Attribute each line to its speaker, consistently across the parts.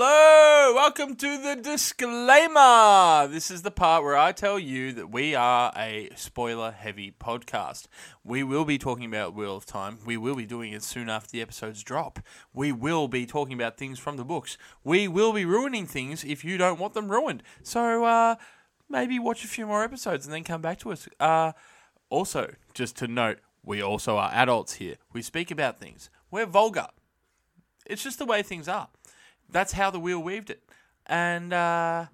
Speaker 1: Hello, welcome to the disclaimer. This is the part where I tell you that we are a spoiler heavy podcast. We will be talking about Wheel of Time. We will be doing it soon after the episodes drop. We will be talking about things from the books. We will be ruining things if you don't want them ruined. So, uh, maybe watch a few more episodes and then come back to us. Uh, also, just to note, we also are adults here. We speak about things. We're vulgar it's just the way things are. That's how the wheel weaved it. And uh,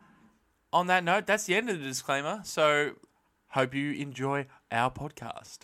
Speaker 1: on that note, that's the end of the disclaimer. So, hope you enjoy our podcast.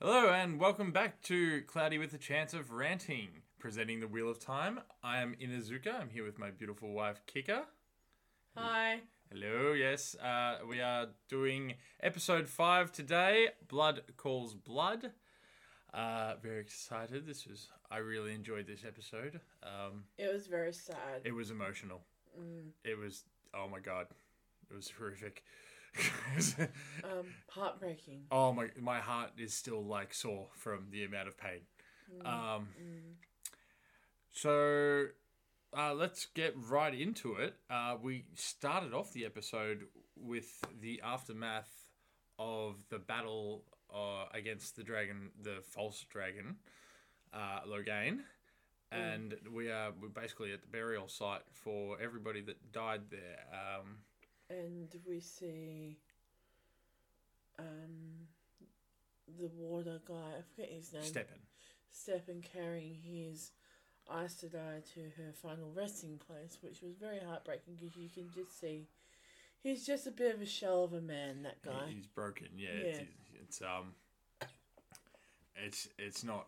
Speaker 1: Hello, and welcome back to Cloudy with a Chance of Ranting, presenting the Wheel of Time. I am Inazuka. I'm here with my beautiful wife, Kika.
Speaker 2: Hi.
Speaker 1: Hello, yes. Uh, we are doing episode five today Blood Calls Blood. Uh, very excited. This was, I really enjoyed this episode. Um,
Speaker 2: It was very sad.
Speaker 1: It was emotional. It was oh my god, it was horrific.
Speaker 2: Um, heartbreaking.
Speaker 1: oh my, my heart is still like sore from the amount of pain. Um, so uh, let's get right into it. Uh, we started off the episode with the aftermath of the battle uh, against the dragon, the false dragon, uh, Loghain. And we are we're basically at the burial site for everybody that died there. Um,
Speaker 2: And we see um, the water guy, I forget his name,
Speaker 1: Stepan.
Speaker 2: Stephen carrying his Aes Sedai to her final resting place, which was very heartbreaking because you can just see he's just a bit of a shell of a man, that
Speaker 1: He-
Speaker 2: guy.
Speaker 1: He's broken. Yeah, It's, it's um, it's it's not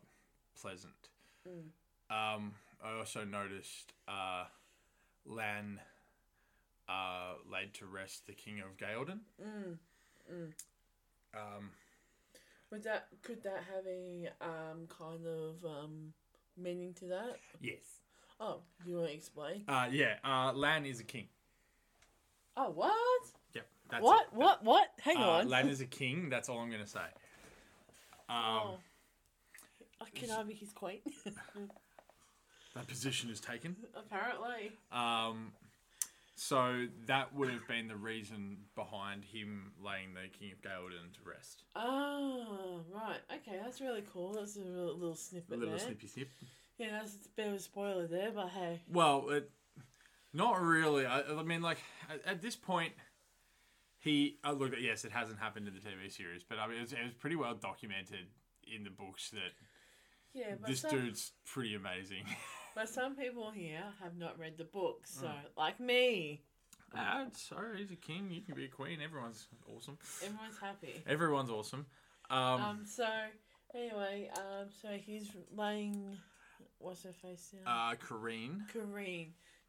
Speaker 1: pleasant.
Speaker 2: Mm.
Speaker 1: Um, I also noticed uh, Lan uh, laid to rest the king of Gaelden.
Speaker 2: Mm,
Speaker 1: Um,
Speaker 2: Would that, could that have any um, kind of um, meaning to that?
Speaker 1: yes.
Speaker 2: Oh, you want to explain?
Speaker 1: Uh, yeah. Uh, Lan is a king.
Speaker 2: Oh, what?
Speaker 1: Yep. That's
Speaker 2: What?
Speaker 1: it.
Speaker 2: What? What? Hang
Speaker 1: Uh,
Speaker 2: on.
Speaker 1: Lan is a king. That's all I'm gonna say. Um,
Speaker 2: Oh. Oh, Can I be his queen?
Speaker 1: that position is taken.
Speaker 2: Apparently.
Speaker 1: Um, so that would have been the reason behind him laying the King of Gaelden to rest.
Speaker 2: Oh, right. Okay, that's really cool. That's a real- little snippet
Speaker 1: little
Speaker 2: there.
Speaker 1: snippy snip.
Speaker 2: Yeah, that's a bit of a spoiler there, but hey.
Speaker 1: Well, it, not really. I, I mean, like at, at this point, he uh, look. Yes, it hasn't happened in the TV series, but I mean, it was, it was pretty well documented in the books that
Speaker 2: Yeah, but
Speaker 1: this
Speaker 2: some,
Speaker 1: dude's pretty amazing.
Speaker 2: but some people here have not read the book, so
Speaker 1: Mm.
Speaker 2: like me,
Speaker 1: ah, sorry, he's a king. You can be a queen. Everyone's awesome.
Speaker 2: everyone's happy.
Speaker 1: Everyone's awesome. Um,
Speaker 2: Um. So anyway, um. So he's laying. What's her face down?
Speaker 1: uh, Kareen.
Speaker 2: Kareem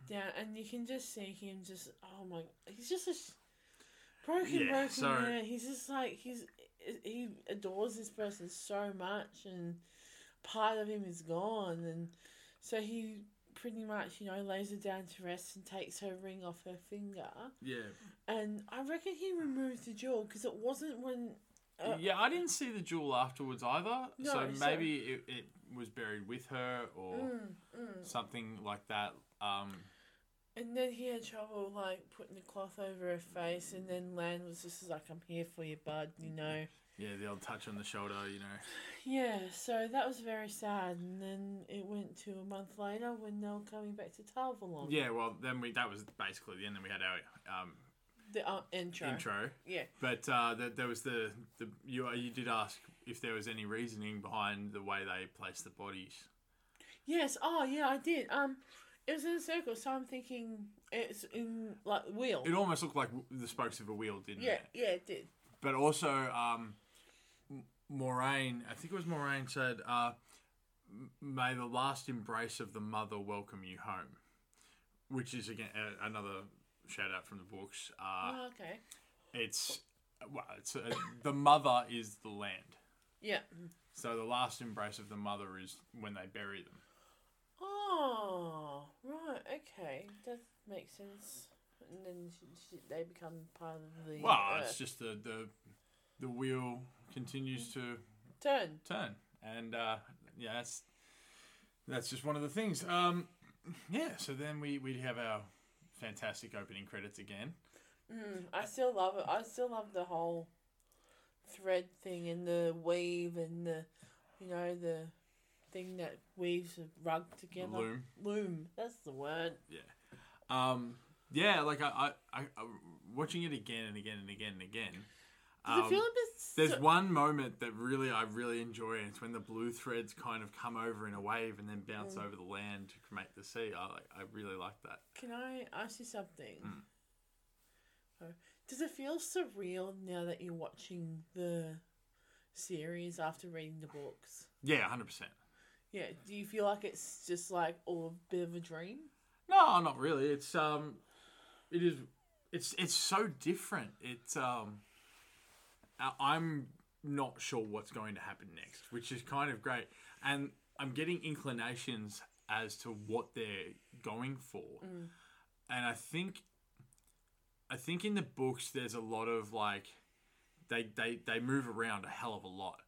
Speaker 2: down, and you can just see him just oh my, he's just a sh- broken,
Speaker 1: Yeah,
Speaker 2: broken
Speaker 1: so-
Speaker 2: man. He's just like he's he adores this person so much, and part of him is gone, and so he pretty much you know lays her down to rest and takes her ring off her finger,
Speaker 1: Yeah.
Speaker 2: and I reckon he removed the jewel because it wasn't when uh,
Speaker 1: yeah, I didn't see the jewel afterwards either. so
Speaker 2: No, so- Mm.
Speaker 1: maybe it, it was buried with her or something like that. Um,
Speaker 2: And then he had trouble like putting the cloth over her face, and then Lan was just like, "I'm here for you, bud," you know.
Speaker 1: yeah, the old touch on the shoulder, you know.
Speaker 2: Yeah, so that was very sad, and then it went to a month later when they were coming back to Tarvalon.
Speaker 1: Yeah, well, then we that was basically the end. Then we had our um,
Speaker 2: The uh, intro.
Speaker 1: intro,
Speaker 2: Yeah.
Speaker 1: but uh, that there was the, the you uh, you did ask if there was any reasoning behind the way they placed the bodies.
Speaker 2: Yes. Oh, yeah, I did. Um, it was in a circle, so I'm thinking it's in like wheel.
Speaker 1: It almost looked like the spokes of a wheel, didn't
Speaker 2: yeah.
Speaker 1: it?
Speaker 2: Yeah, it did.
Speaker 1: but also um, M- Moraine, I think it was Moraine said, uh, "M- "May the last embrace of the mother welcome you home." which is again a, another shout out from the books. Uh,
Speaker 2: oh, okay.
Speaker 1: It's well, it's uh the mother is the land.
Speaker 2: Yeah.
Speaker 1: So the last embrace of the mother is when they bury them.
Speaker 2: Oh, right. Okay, that makes sense. And then she, she, they become part of the
Speaker 1: Well,
Speaker 2: Earth.
Speaker 1: it's just the the the wheel continues to
Speaker 2: turn.
Speaker 1: turn, and uh, yeah, that's that's just one of the things. Um, yeah. So then we we have our fantastic opening credits again.
Speaker 2: Mm, I still love it. I still love the whole thread thing and the weave and the, you know, the thing that weaves the rug together.
Speaker 1: Loom.
Speaker 2: Loom. That's the word.
Speaker 1: Um, yeah, like I, I, I, I- watching it again and again and again and again.
Speaker 2: Does it feel a
Speaker 1: um,
Speaker 2: bit?
Speaker 1: there's
Speaker 2: so-
Speaker 1: one moment that really I really enjoy, and it's when the blue threads kind of come over in a wave and then bounce
Speaker 2: Mm.
Speaker 1: over the land to make the sea. I like, I really like that.
Speaker 2: Can I ask you something?
Speaker 1: Mm.
Speaker 2: Oh, Does it feel surreal now that you're watching the series after reading the books?
Speaker 1: Yeah, hundred percent.
Speaker 2: Yeah, do you feel like it's just like all a bit of a dream?
Speaker 1: No, not really. It's um, it is, it's it's so different. It's um, I- I'm not sure what's going to happen next, which is kind of great, and I'm getting inclinations as to what they're going for, and I think, I think in the books there's a lot of like, they they they move around a hell of a lot.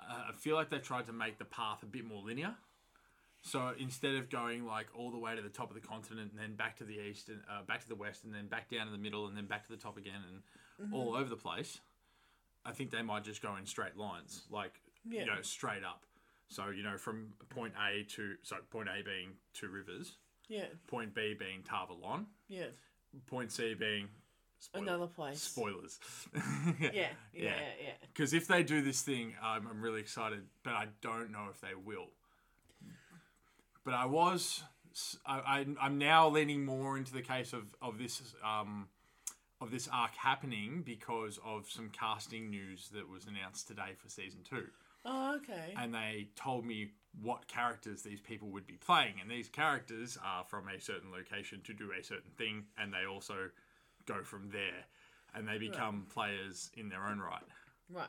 Speaker 1: Uh, I feel like they tried to make the path a bit more linear. So instead of going like all the way to the top of the continent and then back to the east and uh, back to the west and then back down to the middle and then back to the top again and all over the place, I think they might just go in straight lines, like
Speaker 2: Yeah.
Speaker 1: you know, straight up. So you know, from point A to so point A being Two Rivers,
Speaker 2: Yeah,
Speaker 1: point B being Tarvalon,
Speaker 2: yeah.
Speaker 1: point C being spoiler-
Speaker 2: Another place.
Speaker 1: spoilers.
Speaker 2: yeah, yeah, yeah,
Speaker 1: Yeah. Because if they do this thing, um, I'm really excited, but I don't know if they will. But I was, I, I, am now leaning more into the case of of this um, of this arc happening because of some casting news that was announced today for season two,
Speaker 2: Oh, okay.
Speaker 1: and they told me what characters these people would be playing, and these characters are from a certain location to do a certain thing, and they also go from there, and they become players in their own right.
Speaker 2: Right.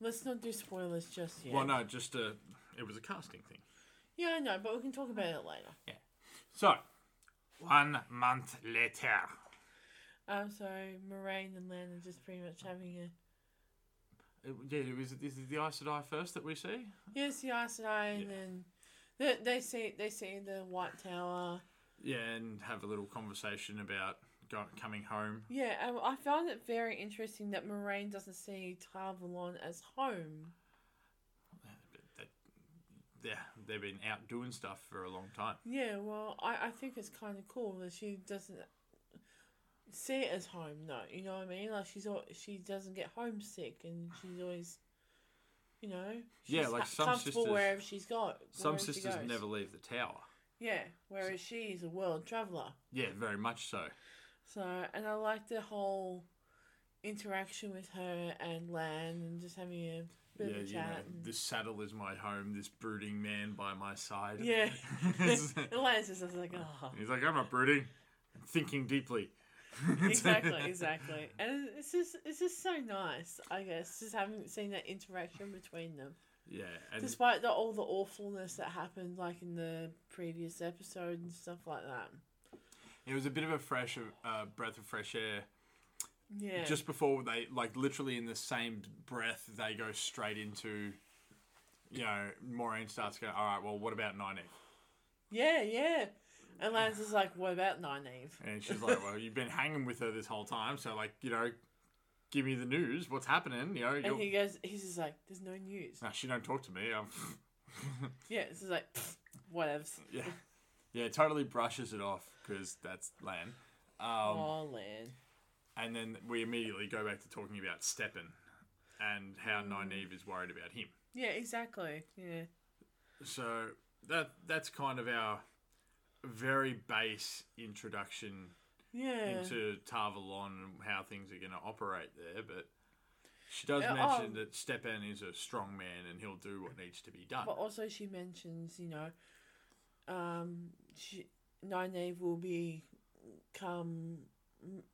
Speaker 2: Let's not do spoilers just yet.
Speaker 1: Well, no, just a, it was a casting thing.
Speaker 2: Yeah, I know, but we can talk about it later.
Speaker 1: So, one month later.
Speaker 2: Um, so Moraine and Lan are just pretty much having a
Speaker 1: yeah, it was, is it the Aes Sedai first that we see?
Speaker 2: yes, the Aes Sedai, and then they, they see they see the White Tower.
Speaker 1: Yeah, and have a little conversation about go, coming home.
Speaker 2: Yeah, and I found it very interesting that Moraine doesn't see Tarvalon as home.
Speaker 1: That- Yeah, they've been out doing stuff for a long time.
Speaker 2: Yeah, well, I, I think it's kind of cool that she doesn't see it as home. No, you know what I mean. Like she's all, she doesn't get homesick, and she's always, you know, she's
Speaker 1: Yeah, like
Speaker 2: ha-
Speaker 1: some
Speaker 2: comfortable
Speaker 1: sisters-
Speaker 2: wherever she's got.
Speaker 1: Some
Speaker 2: wherever she
Speaker 1: sisters
Speaker 2: goes.
Speaker 1: never leave the tower.
Speaker 2: Yeah, whereas she's a world traveler.
Speaker 1: Yeah, very much so.
Speaker 2: So, and I like the whole interaction with her and Lan, and just having a
Speaker 1: yeah,
Speaker 2: bit of a
Speaker 1: you know,
Speaker 2: chat. and-
Speaker 1: this saddle is my home, this brooding man by my side.
Speaker 2: Yeah.
Speaker 1: He's
Speaker 2: and Lan's just like, oh.
Speaker 1: like, I'm not brooding, I'm thinking deeply.
Speaker 2: exactly, exactly. And it's just it's just so nice, I guess, just having seen that interaction between them.
Speaker 1: Yeah, and
Speaker 2: Despite the, all the awfulness that happened like in the previous episode and stuff like that.
Speaker 1: It was a bit of a fresh uh, breath of fresh air.
Speaker 2: Yeah.
Speaker 1: Just before they, like, literally in the same breath, they go straight into, you know, Maureen starts going, all right, well, what about 19?
Speaker 2: Yeah, yeah. And Lance is like, What about Nynaeve?
Speaker 1: And she's like, well, you've been hanging with her this whole time, so, like, you know, give me the news. What's happening? You know,
Speaker 2: And
Speaker 1: you're,
Speaker 2: he goes he's just like, There's no news.
Speaker 1: "Nah, she don't talk to me. I'm,
Speaker 2: Yeah, it's just like whatevs.
Speaker 1: yeah. Yeah, totally brushes it off because that's Lan. Um,
Speaker 2: oh Lan.
Speaker 1: and then we immediately go back to talking about Steppen and how
Speaker 2: Mm.
Speaker 1: Nynaeve is worried about him.
Speaker 2: Yeah, exactly. Yeah.
Speaker 1: So that that's kind of our very base introduction
Speaker 2: Yeah.
Speaker 1: into Tarvalon and how things are going to operate there. But she does
Speaker 2: Yeah,
Speaker 1: mention
Speaker 2: um,
Speaker 1: that Stepan is a strong man and he'll do what needs to be done.
Speaker 2: But also, she mentions, you know, um, she, Nynaeve will be become,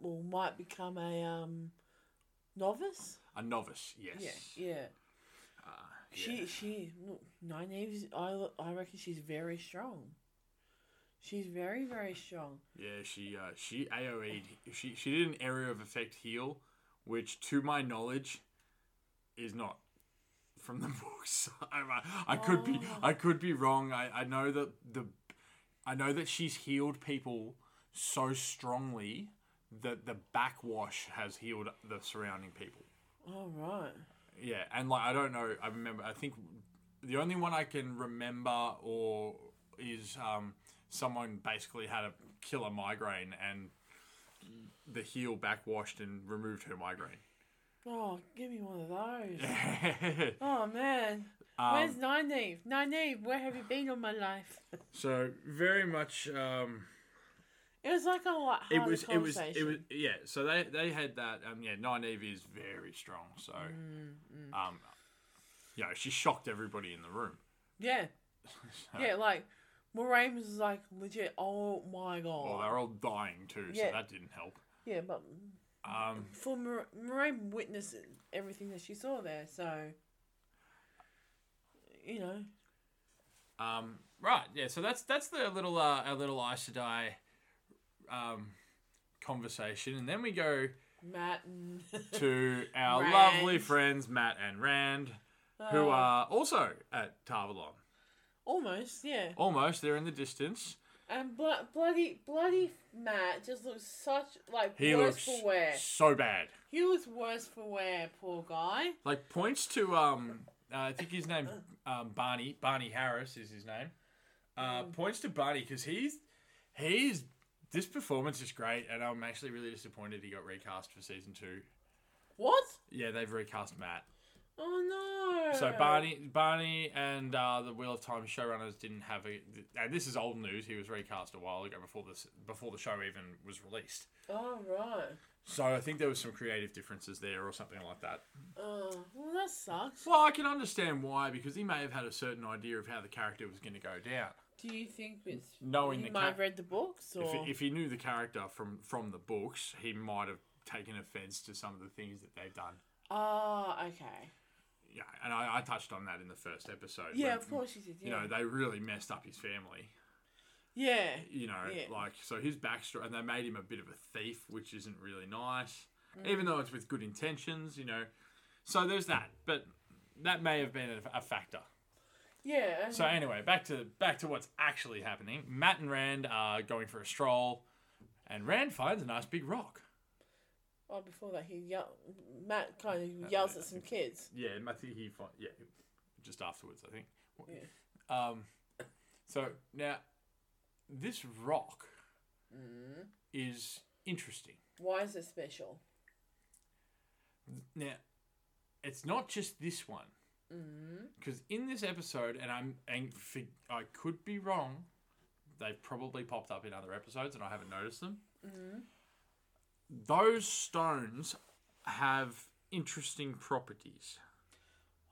Speaker 2: well, might become a um, novice.
Speaker 1: A novice, yes.
Speaker 2: Yeah, yeah.
Speaker 1: Uh, yeah.
Speaker 2: She, she, look, Nynaeve's, I, I reckon she's very strong. She's very, very strong.
Speaker 1: Yeah, she uh, she AOE'd. She she did an area of effect heal, which to my knowledge, is not from the books. I, I, I could be I could be wrong. I, I know that the I know that she's healed people so strongly that the backwash has healed the surrounding people.
Speaker 2: All right.
Speaker 1: Yeah, and like I don't know. I remember. I think the only one I can remember or is um, someone basically had a killer migraine and the heel backwashed and removed her migraine.
Speaker 2: Oh, give me one of those.
Speaker 1: um,
Speaker 2: Oh man, where's Nynaeve? Nynaeve, where have you been all my life?
Speaker 1: so very much. Um,
Speaker 2: It was like a lot.
Speaker 1: it was. It was. It was. Yeah. So they they had that. Um, yeah. Nynaeve is very strong. So,
Speaker 2: Mm,
Speaker 1: um, you know, she shocked everybody in the room.
Speaker 2: Yeah, yeah. Like Moraine was like legit. Oh my
Speaker 1: Well,
Speaker 2: god.
Speaker 1: they're all dying too,
Speaker 2: Yeah.
Speaker 1: so that didn't help.
Speaker 2: yeah, but
Speaker 1: Um,
Speaker 2: for Mor- Moraine witnessed everything that she saw there, so you know.
Speaker 1: Um, right, yeah. So that's that's the little uh, our little Aes Sedai, um, conversation, and then we go
Speaker 2: Matt and
Speaker 1: to our
Speaker 2: Rand.
Speaker 1: lovely friends Matt and Rand, who uh,
Speaker 2: Oh.
Speaker 1: are also at Tarvalon.
Speaker 2: almost yeah,
Speaker 1: Almost, they're in the distance.
Speaker 2: and blo- bloody bloody Matt just looks such like
Speaker 1: He
Speaker 2: worse
Speaker 1: looks
Speaker 2: for wear.
Speaker 1: so bad.
Speaker 2: He looks worse for wear, poor guy.
Speaker 1: Like points to um, uh, I think his name um, Barney Barney Harris is his name. Uh,
Speaker 2: Hmm.
Speaker 1: points to Barney because he's he's this performance is great, and I'm actually really disappointed he got recast for season two.
Speaker 2: What?
Speaker 1: Yeah, they've recast Matt.
Speaker 2: Oh no.
Speaker 1: So Barney, Barney, and uh, the Wheel of Time showrunners didn't have a. And this is old news. He was recast a while ago before this, before the show even was released.
Speaker 2: Oh right.
Speaker 1: So I think there was some creative differences there, or something like that.
Speaker 2: Oh well, that sucks.
Speaker 1: Well, I can understand why because he may have had a certain idea of how the character was going to go down.
Speaker 2: Do you think it's
Speaker 1: Knowing
Speaker 2: he
Speaker 1: the
Speaker 2: might
Speaker 1: ca-
Speaker 2: have read the books or?
Speaker 1: If, if he knew the character from from the books, he might have taken offense to some of the things that they've done.
Speaker 2: Oh, okay.
Speaker 1: Yeah, and I, I touched on that in the first episode.
Speaker 2: Yeah,
Speaker 1: when,
Speaker 2: of course you did.
Speaker 1: You
Speaker 2: Yeah.
Speaker 1: know, they really messed up his family.
Speaker 2: yeah.
Speaker 1: you know,
Speaker 2: Yeah.
Speaker 1: like so his backstory, and they made him a bit of a thief, which isn't really nice, even though it's with good intentions, you know. So there's that, but that may have been a, a factor.
Speaker 2: Yeah.
Speaker 1: So anyway, back to back to what's actually happening. Matt and Rand are going for a stroll, and Rand finds a nice big rock.
Speaker 2: oh, before that, he yell. Matt
Speaker 1: Uh,
Speaker 2: kind of yells at some kids.
Speaker 1: Yeah, and I think he find, yeah, just afterwards, I think.
Speaker 2: Yeah.
Speaker 1: Um, so now this rock
Speaker 2: Mm-hmm.
Speaker 1: is interesting.
Speaker 2: Why is it special?
Speaker 1: Now, it's not just this one. Because in this episode, and I'm and fig- I could be wrong, they've probably popped up in other episodes, and I haven't noticed them. Those stones have interesting properties.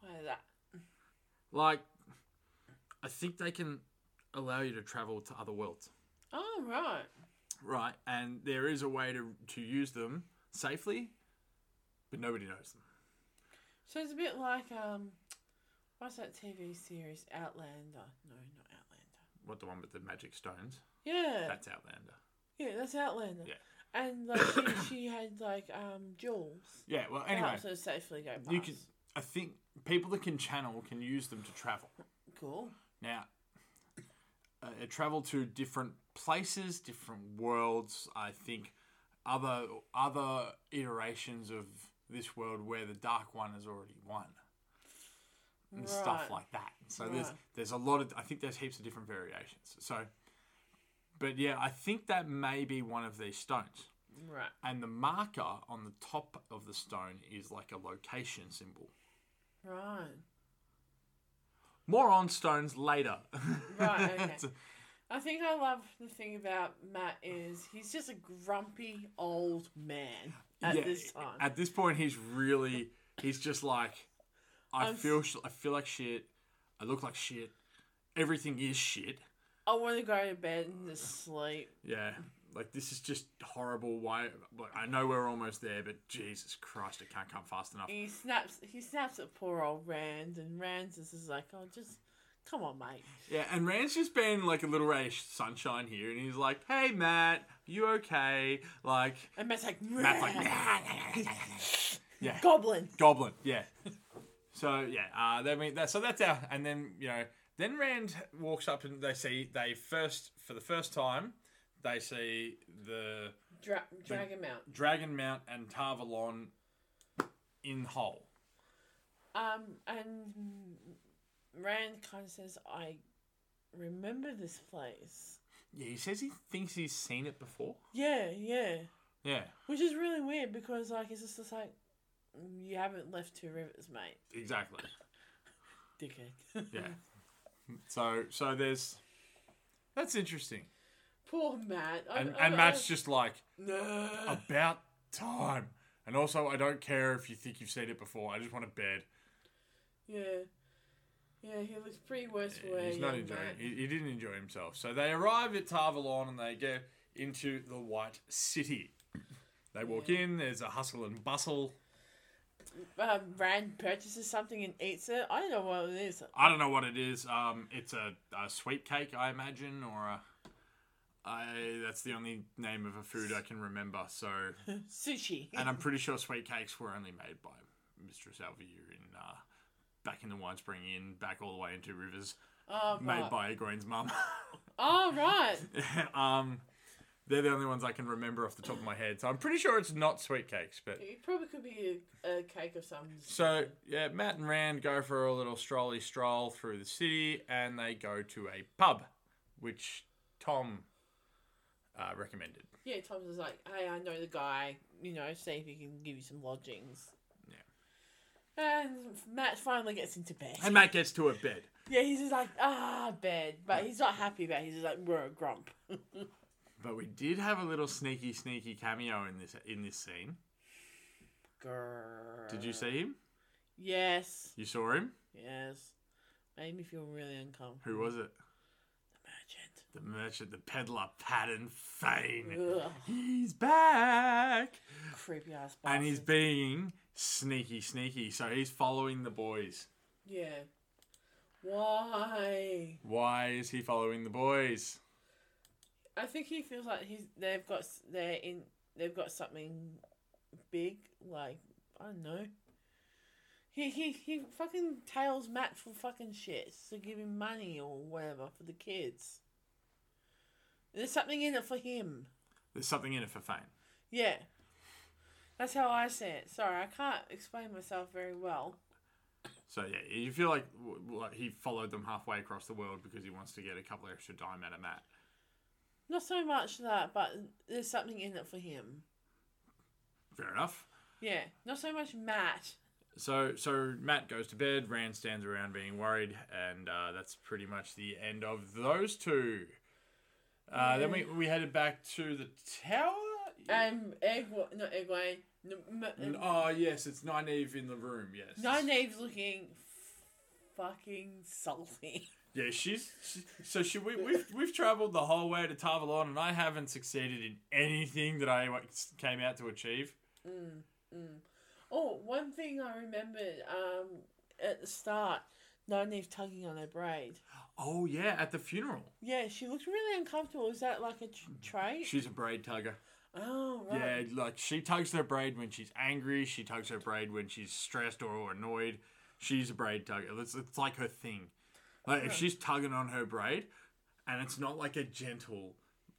Speaker 2: Why is that?
Speaker 1: Like, I think they can allow you to travel to other worlds.
Speaker 2: Oh right.
Speaker 1: Right, and there is a way to to use them safely, but nobody knows them.
Speaker 2: So it's a bit like um, what's that TV series Outlander? No, not Outlander.
Speaker 1: What the one with the magic stones?
Speaker 2: Yeah.
Speaker 1: That's Outlander.
Speaker 2: yeah, that's Outlander.
Speaker 1: Yeah.
Speaker 2: And like she, she had like um jewels.
Speaker 1: Yeah. Well,
Speaker 2: that
Speaker 1: anyway,
Speaker 2: helps her safely go past.
Speaker 1: you can. I think people that can channel can use them to travel.
Speaker 2: Cool.
Speaker 1: Now, uh, uh, travel to different places, different worlds. I think other other iterations of this world where the dark one has already won and stuff
Speaker 2: Right.
Speaker 1: like that. So there's
Speaker 2: Right.
Speaker 1: there's a lot of I think there's heaps of different variations. So, but yeah, I think that may be one of these stones.
Speaker 2: Right.
Speaker 1: And the marker on the top of the stone is like a location symbol.
Speaker 2: Right.
Speaker 1: More on stones later.
Speaker 2: Right, okay.
Speaker 1: It's a-
Speaker 2: I think I love the thing about Matt is he's just a grumpy old man at
Speaker 1: yeah,
Speaker 2: this time.
Speaker 1: At this point, he's really he's just like I
Speaker 2: I'm-
Speaker 1: feel sh- I feel like shit. I look like shit. Everything is shit.
Speaker 2: I want to go to bed and just sleep.
Speaker 1: Yeah, Like this is just horrible. Why? Like, I know we're almost there, but Jesus Christ, it can't come fast enough.
Speaker 2: He snaps. He snaps at poor old Rand, and Rand is just like, "Oh, just come on, mate."
Speaker 1: Yeah, and Rand's just been like a little ray of sunshine here, and he's like, "Hey, Matt, you okay?" Like
Speaker 2: And Matt's like,
Speaker 1: Matt's like, yeah,
Speaker 2: "Goblin."
Speaker 1: Goblin, yeah. So yeah, uh, that mean that. So that's our. And then you know, then Rand walks up and they see they first for the first time they see the
Speaker 2: Dra- drag him out.
Speaker 1: Dragon Mount and Tarvalon in whole.
Speaker 2: Um, and Rand kind of says, "I remember this place."
Speaker 1: Yeah, he says he thinks he's seen it before.
Speaker 2: Yeah, yeah.
Speaker 1: Yeah,
Speaker 2: Which is really weird because like it's just, just like "Mm, you haven't left Two Rivers, mate.
Speaker 1: exactly.
Speaker 2: Dickhead.
Speaker 1: Yeah. So so there's that's interesting.
Speaker 2: Poor Matt. I-
Speaker 1: And
Speaker 2: I-
Speaker 1: and
Speaker 2: I-
Speaker 1: Matt's Oh. just like
Speaker 2: No.
Speaker 1: about time. And also, I don't care if you think you've seen it before. I just want a bed.
Speaker 2: Yeah. Yeah, he looks pretty worse for wear.
Speaker 1: He's not
Speaker 2: young
Speaker 1: enjoying.
Speaker 2: Matt.
Speaker 1: He, he didn't enjoy himself. So they arrive at Tarvalon and they go into the White City. They walk in. There's a hustle and bustle.
Speaker 2: Um, Rand purchases something and eats it. I don't know what it is.
Speaker 1: I don't know what it is. Um, it's a, a sweet cake, I imagine, or a. I, that's the only name of a food I can remember. So,
Speaker 2: Sushi.
Speaker 1: and I'm pretty sure sweet cakes were only made by Mistress Alvier in uh, back in the Wine Spring Inn, back all the way into Rivers,
Speaker 2: oh,
Speaker 1: made
Speaker 2: right.
Speaker 1: by Egwene's mum.
Speaker 2: oh, right.
Speaker 1: um, they're the only ones I can remember off the top of my head. So I'm pretty sure it's not sweet cakes, but
Speaker 2: It probably could be a, a cake of some.
Speaker 1: So yeah, Matt and Rand go for a little strolly stroll through the city, and they go to a pub, which Tom uh, recommended.
Speaker 2: Yeah, Tom's is like, hey, I know the guy. You know, see if he can give you some lodgings.
Speaker 1: Yeah.
Speaker 2: And Matt finally gets into bed.
Speaker 1: And Matt gets to a bed.
Speaker 2: yeah, he's just like, ah, bed. But he's not happy about it. He's just like, we're a grump.
Speaker 1: But we did have a little sneaky, sneaky cameo in this in this scene.
Speaker 2: Grrr.
Speaker 1: Did you see him?
Speaker 2: Yes.
Speaker 1: You saw him?
Speaker 2: Yes. Made me feel really uncomfortable.
Speaker 1: Who was it?
Speaker 2: Merchant.
Speaker 1: The merchant, the peddler, Patton Fane.
Speaker 2: Ugh,
Speaker 1: He's back,
Speaker 2: creepy ass bastard.
Speaker 1: and he's being sneaky, sneaky. So he's following the boys.
Speaker 2: Yeah. Why?
Speaker 1: Why is he following the boys?
Speaker 2: I think he feels like he's they've got s- they're in they've got something big like I don't know. He he he fucking tails Matt for fucking shit to give him money or whatever for the kids. There's something in it for him.
Speaker 1: There's something in it for Fane.
Speaker 2: Yeah. That's how I see it. Sorry, I can't explain myself very well.
Speaker 1: So yeah, you feel like w- w- like he followed them halfway across the world because he wants to get a couple of extra dime out of Matt.
Speaker 2: Not so much that, but there's something in it for him.
Speaker 1: Fair enough.
Speaker 2: Yeah, not so much Matt.
Speaker 1: So so Matt goes to bed. Rand stands around being worried, and uh, that's pretty much the end of those two. Uh, Then we we headed back to the tower.
Speaker 2: Um, egg, not Egwene. No,
Speaker 1: And-
Speaker 2: m- um,
Speaker 1: oh yes, it's Nynaeve in the room. Yes,
Speaker 2: Nynaeve's looking f- fucking salty.
Speaker 1: Yeah, she's she, so she we we've, we've traveled the whole way to Tarvalon, and I haven't succeeded in anything that I like, came out to achieve.
Speaker 2: Oh, one thing I remembered um, at the start, Nynaeve tugging on her braid.
Speaker 1: Oh yeah, at the funeral.
Speaker 2: Yeah, she looked really uncomfortable. Is that like a tr- trait?
Speaker 1: She's a braid tugger.
Speaker 2: oh,
Speaker 1: Yeah,
Speaker 2: right.
Speaker 1: like she tugs her braid when she's angry. She tugs her braid when she's stressed or annoyed. She's a braid tugger. It's, it's like her thing. Like if she's tugging on her braid, and it's not like a gentle,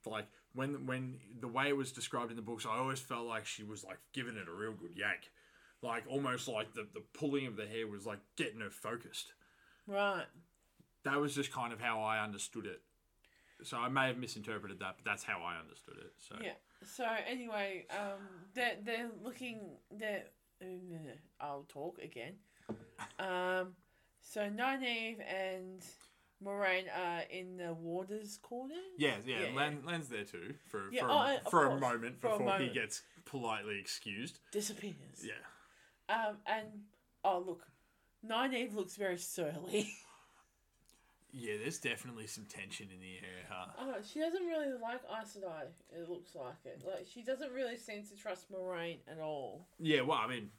Speaker 1: like when when the way it was described in the books, I always felt like she was like giving it a real good yank, like almost like the the pulling of the hair was like getting her focused.
Speaker 2: Right.
Speaker 1: That was just kind of how I understood it. So I may have misinterpreted that, but that's how I understood it. So
Speaker 2: Yeah. So anyway, um, they're they're looking. They're uh, I'll talk again. Um, so Nynaeve and Moraine are in the Warder's Quarters.
Speaker 1: Yeah, yeah,
Speaker 2: Yeah, yeah.
Speaker 1: Lan- Lan's there too for
Speaker 2: Yeah,
Speaker 1: for,
Speaker 2: oh, and- of
Speaker 1: for a
Speaker 2: course,
Speaker 1: moment
Speaker 2: for a
Speaker 1: before
Speaker 2: moment.
Speaker 1: he gets politely excused.
Speaker 2: Disappears.
Speaker 1: Yeah,
Speaker 2: Um, and oh look, Nynaeve looks very surly.
Speaker 1: Yeah, there's definitely some tension in the air. Huh?
Speaker 2: Oh, she doesn't really like Isidai, it looks like it. Like, she doesn't really seem to trust Moraine at all.
Speaker 1: Yeah, well, I mean,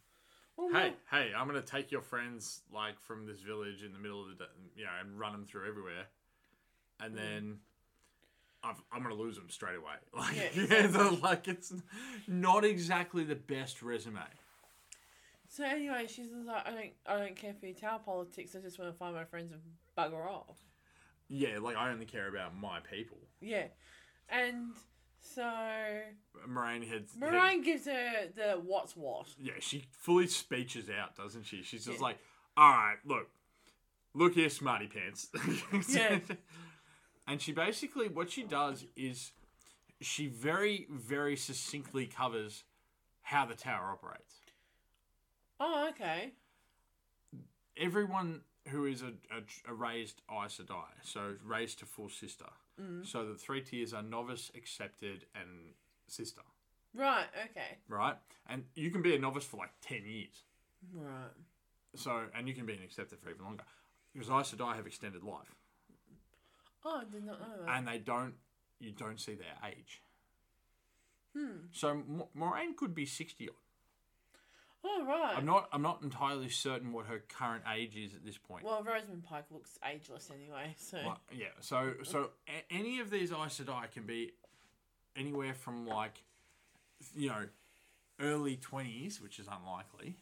Speaker 2: Well,
Speaker 1: hey,
Speaker 2: no,
Speaker 1: hey, I'm gonna take your friends like from this village in the middle of the, da- you know, and run them through everywhere,
Speaker 2: Mm.
Speaker 1: and then I've, I'm gonna lose them straight away. Like,
Speaker 2: Yeah,
Speaker 1: so, like it's not exactly the best resume.
Speaker 2: So anyway, she's just like, I don't, I don't care for your tower politics. I just want to find my friends and bugger off.
Speaker 1: Yeah, like I only care about my people.
Speaker 2: Yeah, and so
Speaker 1: Moraine heads. head-
Speaker 2: Moraine gives her the what's what.
Speaker 1: yeah, she fully speeches out, doesn't she? She's just
Speaker 2: Yeah.
Speaker 1: like, all right, look, look here, smarty pants.
Speaker 2: Yeah.
Speaker 1: And she basically, what she does is she very, very succinctly covers how the tower operates.
Speaker 2: Oh, okay.
Speaker 1: Everyone who is a, a, a raised Aes Sedai, so raised to full sister.
Speaker 2: Mm.
Speaker 1: So the three tiers are novice, accepted, and sister,
Speaker 2: Right. Okay.
Speaker 1: right? And you can be a novice for like 10 years.
Speaker 2: Right.
Speaker 1: So, and you can be an accepted for even longer. Because Aes Sedai have extended life,
Speaker 2: Oh, I did not know that.
Speaker 1: and they don't, you don't see their age. Hmm. So M- Moraine could be sixty. odd.
Speaker 2: oh, right.
Speaker 1: I'm not. I'm not entirely certain what her current age is at this point.
Speaker 2: well, Rosamund Pike looks ageless anyway, so
Speaker 1: Like, yeah. So, so a- any of these Aes Sedai can be anywhere from like, you know, early twenties, which is unlikely,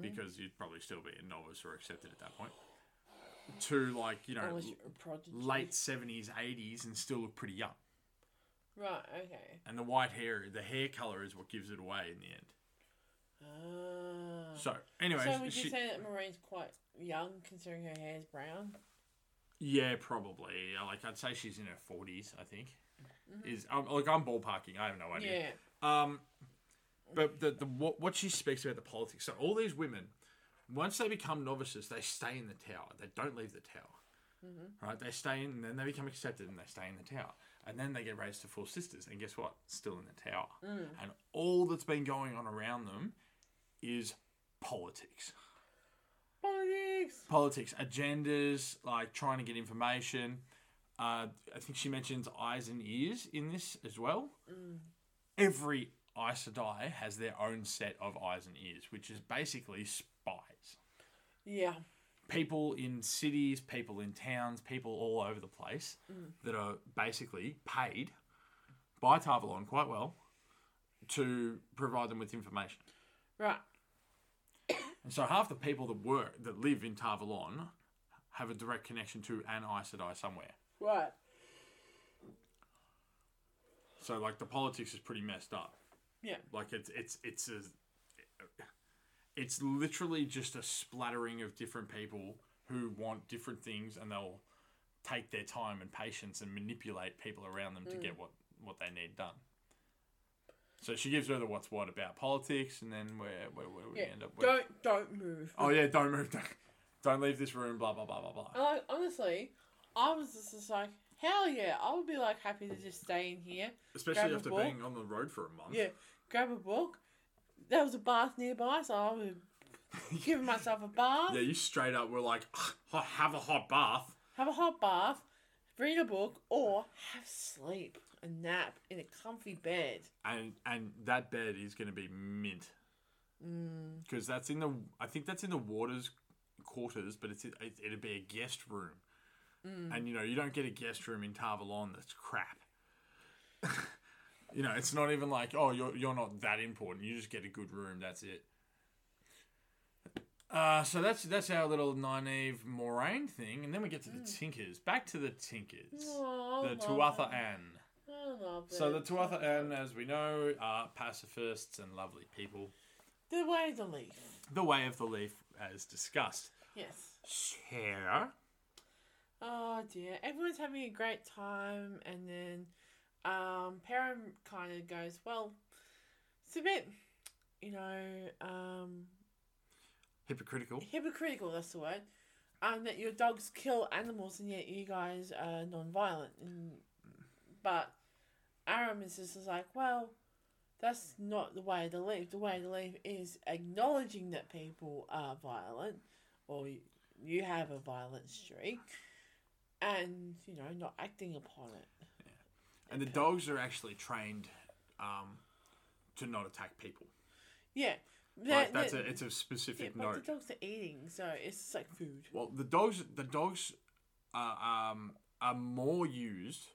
Speaker 1: because you'd probably still be a novice or accepted at that point, to like you know
Speaker 2: always a prodigy.
Speaker 1: late 70s, 80s, and still look pretty young.
Speaker 2: Right. Okay.
Speaker 1: And the white hair, the hair color is what gives it away in the end.
Speaker 2: Ah.
Speaker 1: So, anyway,
Speaker 2: So would
Speaker 1: she,
Speaker 2: you say that Moraine's quite young, considering her hair's brown?
Speaker 1: yeah, probably. Like, I'd say she's in her 40s, I think. Is um, Look, I'm ballparking. I have no idea.
Speaker 2: Mm-hmm. Yeah.
Speaker 1: Um, but the, the what, what she speaks about the politics. So, all these women, once they become novices, they stay in the tower. They don't leave the tower. Right? They stay in, and then they become accepted and they stay in the tower. And then they get raised to full sisters. And guess what? Still in the tower. And all that's been going on around them is politics.
Speaker 2: Politics.
Speaker 1: Politics, agendas, like trying to get information. Uh, I think she mentions eyes and ears in this as well. Every Aes Sedai has their own set of eyes and ears, which is basically spies.
Speaker 2: Yeah.
Speaker 1: people in cities, people in towns, people all over the place that are basically paid by Tarvalon quite well to provide them with information.
Speaker 2: Right.
Speaker 1: And so half the people that work that live in Tarvalon have a direct connection to an Aes Sedai somewhere.
Speaker 2: Right.
Speaker 1: So like the politics is pretty messed up.
Speaker 2: Yeah.
Speaker 1: Like it's it's it's a, it's literally just a splattering of different people who want different things, and they'll take their time and patience and manipulate people around
Speaker 2: Mm.
Speaker 1: them to get what what they need done. So she gives her the what's what about politics, and then where where, where we
Speaker 2: Yeah.
Speaker 1: end up. With,
Speaker 2: Don't don't move.
Speaker 1: Oh yeah, don't move, don't, don't leave this room. Blah blah blah blah blah.
Speaker 2: And, like honestly, I was just, just like, hell yeah, I would be like happy to just stay in here. grab
Speaker 1: Especially
Speaker 2: a
Speaker 1: after
Speaker 2: book.
Speaker 1: being on the road for a month.
Speaker 2: Yeah, grab a book. There was a bath nearby, so I would give myself a bath,
Speaker 1: Yeah, you straight up were like, "Ugh, have a hot bath.
Speaker 2: have a hot bath, read a book, or have sleep, a nap in a comfy bed.
Speaker 1: and and that bed is going to be mint because that's in the I think that's in the waters quarters, but it's it, it'd be a guest room, and you know you don't get a guest room in Tarvalon that's crap. you know, it's not even like oh you're you're not that important. You just get a good room. That's it. Uh, so that's that's our little naive Moraine thing, and then we get to the Tinkers. Back to the Tinkers,
Speaker 2: Oh,
Speaker 1: the
Speaker 2: I love
Speaker 1: Tuatha
Speaker 2: it.
Speaker 1: Ann.
Speaker 2: I love
Speaker 1: So the
Speaker 2: it.
Speaker 1: Tuatha Ann, as we know, are pacifists and lovely people.
Speaker 2: The way of the leaf.
Speaker 1: The way of the leaf, as discussed.
Speaker 2: Yes.
Speaker 1: Sure.
Speaker 2: Oh dear, everyone's having a great time, and then um, Perrin kind of goes, "Well, it's a bit, you know, um,
Speaker 1: Hypocritical.
Speaker 2: hypocritical. That's the word. Um, that your dogs kill animals, and yet you guys are non-violent. And, but Aram is just like, well, that's not the way to live. The way to live is acknowledging that people are violent, or you- you have a violent streak, and you know not acting upon it.
Speaker 1: And the dogs are actually trained um, to not attack people.
Speaker 2: Yeah,
Speaker 1: Like
Speaker 2: They're-
Speaker 1: that's a,
Speaker 2: they're-
Speaker 1: it's a
Speaker 2: yeah,
Speaker 1: specific
Speaker 2: but
Speaker 1: note.
Speaker 2: the dogs are eating, so it's just like food.
Speaker 1: Well, the dogs, the dogs are, um, are more used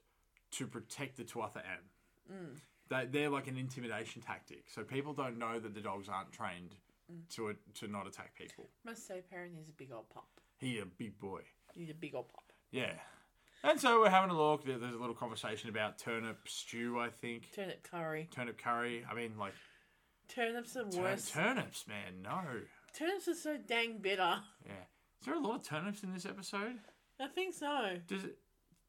Speaker 1: to protect the Tuatha Ann.
Speaker 2: Mm.
Speaker 1: They, they're like an intimidation tactic. So people don't know that the dogs aren't trained
Speaker 2: Mm.
Speaker 1: to to not attack people.
Speaker 2: Must say, parent is a big old pup.
Speaker 1: He a big boy.
Speaker 2: He's a big old pup.
Speaker 1: Yeah. And so we're having a look. There- There's a little conversation about turnip stew, I think.
Speaker 2: Turnip curry.
Speaker 1: Turnip curry. I mean, like,
Speaker 2: Turnips are the
Speaker 1: tur-
Speaker 2: worst.
Speaker 1: turnips, man. No.
Speaker 2: Turnips are so dang bitter.
Speaker 1: Yeah. Is there a lot of turnips in this episode?
Speaker 2: I think so.
Speaker 1: Does it,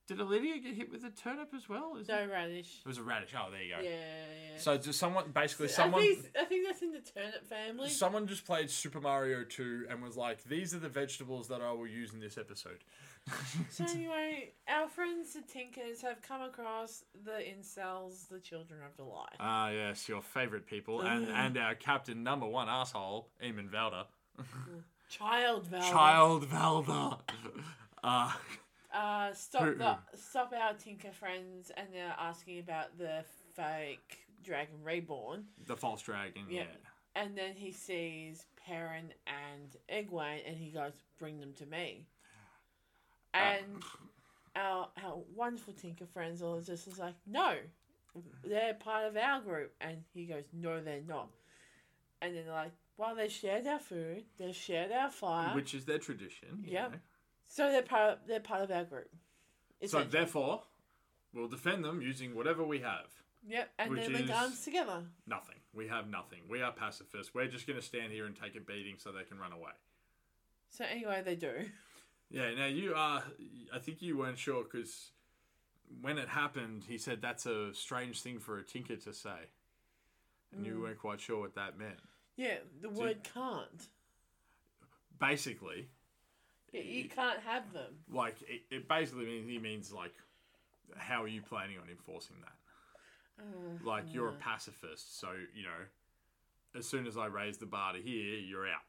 Speaker 1: did Olivia get hit with a turnip as well? Is
Speaker 2: No radish.
Speaker 1: It was a radish. Oh, there you
Speaker 2: Yeah,
Speaker 1: go.
Speaker 2: yeah. yeah.
Speaker 1: Mm. So just someone basically
Speaker 2: I
Speaker 1: someone
Speaker 2: think, I think that's in the turnip family.
Speaker 1: someone just played Super Mario 2 and was like, "These are the vegetables that I will use in this episode."
Speaker 2: So anyway, our friends the Tinkers have come across the incels, the children of the light.
Speaker 1: Ah, yes, your favorite people and and our captain number 1 asshole, Eamon Valda.
Speaker 2: Child valor.
Speaker 1: Child Valda. uh,
Speaker 2: Uh, stop
Speaker 1: Who-
Speaker 2: the stop our Tinker friends, and they're asking about the fake dragon reborn.
Speaker 1: the false dragon.
Speaker 2: Yeah.
Speaker 1: Yeah.
Speaker 2: And then he sees Perrin and Egwene, and he goes, "Bring them to me."
Speaker 1: Uh,
Speaker 2: And our our wonderful Tinker friends all just is like, "No, they're part of our group," and he goes, "No, they're not." And then they're like, "Well, they shared our food, they shared our fire,
Speaker 1: Which is their tradition. you
Speaker 2: Uh-huh. Yep.
Speaker 1: know.
Speaker 2: so they're part of, they're part of our group."
Speaker 1: So
Speaker 2: Essentially.
Speaker 1: therefore, we'll defend them using whatever we have.
Speaker 2: Yep, and
Speaker 1: Which
Speaker 2: they link
Speaker 1: is-
Speaker 2: arms together.
Speaker 1: Nothing. We have nothing. We are pacifists. We're just going to stand here and take a beating so they can run away.
Speaker 2: So anyway, they do.
Speaker 1: Yeah, now you are. I think you weren't sure because when it happened, he said that's a strange thing for a tinker to say. And
Speaker 2: Mm.
Speaker 1: you weren't quite sure what that meant.
Speaker 2: Yeah, the word can't.
Speaker 1: Basically,
Speaker 2: Yeah, you can't have them.
Speaker 1: like, it, it basically means he means, like, how are you planning on enforcing that? like, you're
Speaker 2: Uh,
Speaker 1: a pacifist, so, you know, as soon as I raise the bar to here, you're out.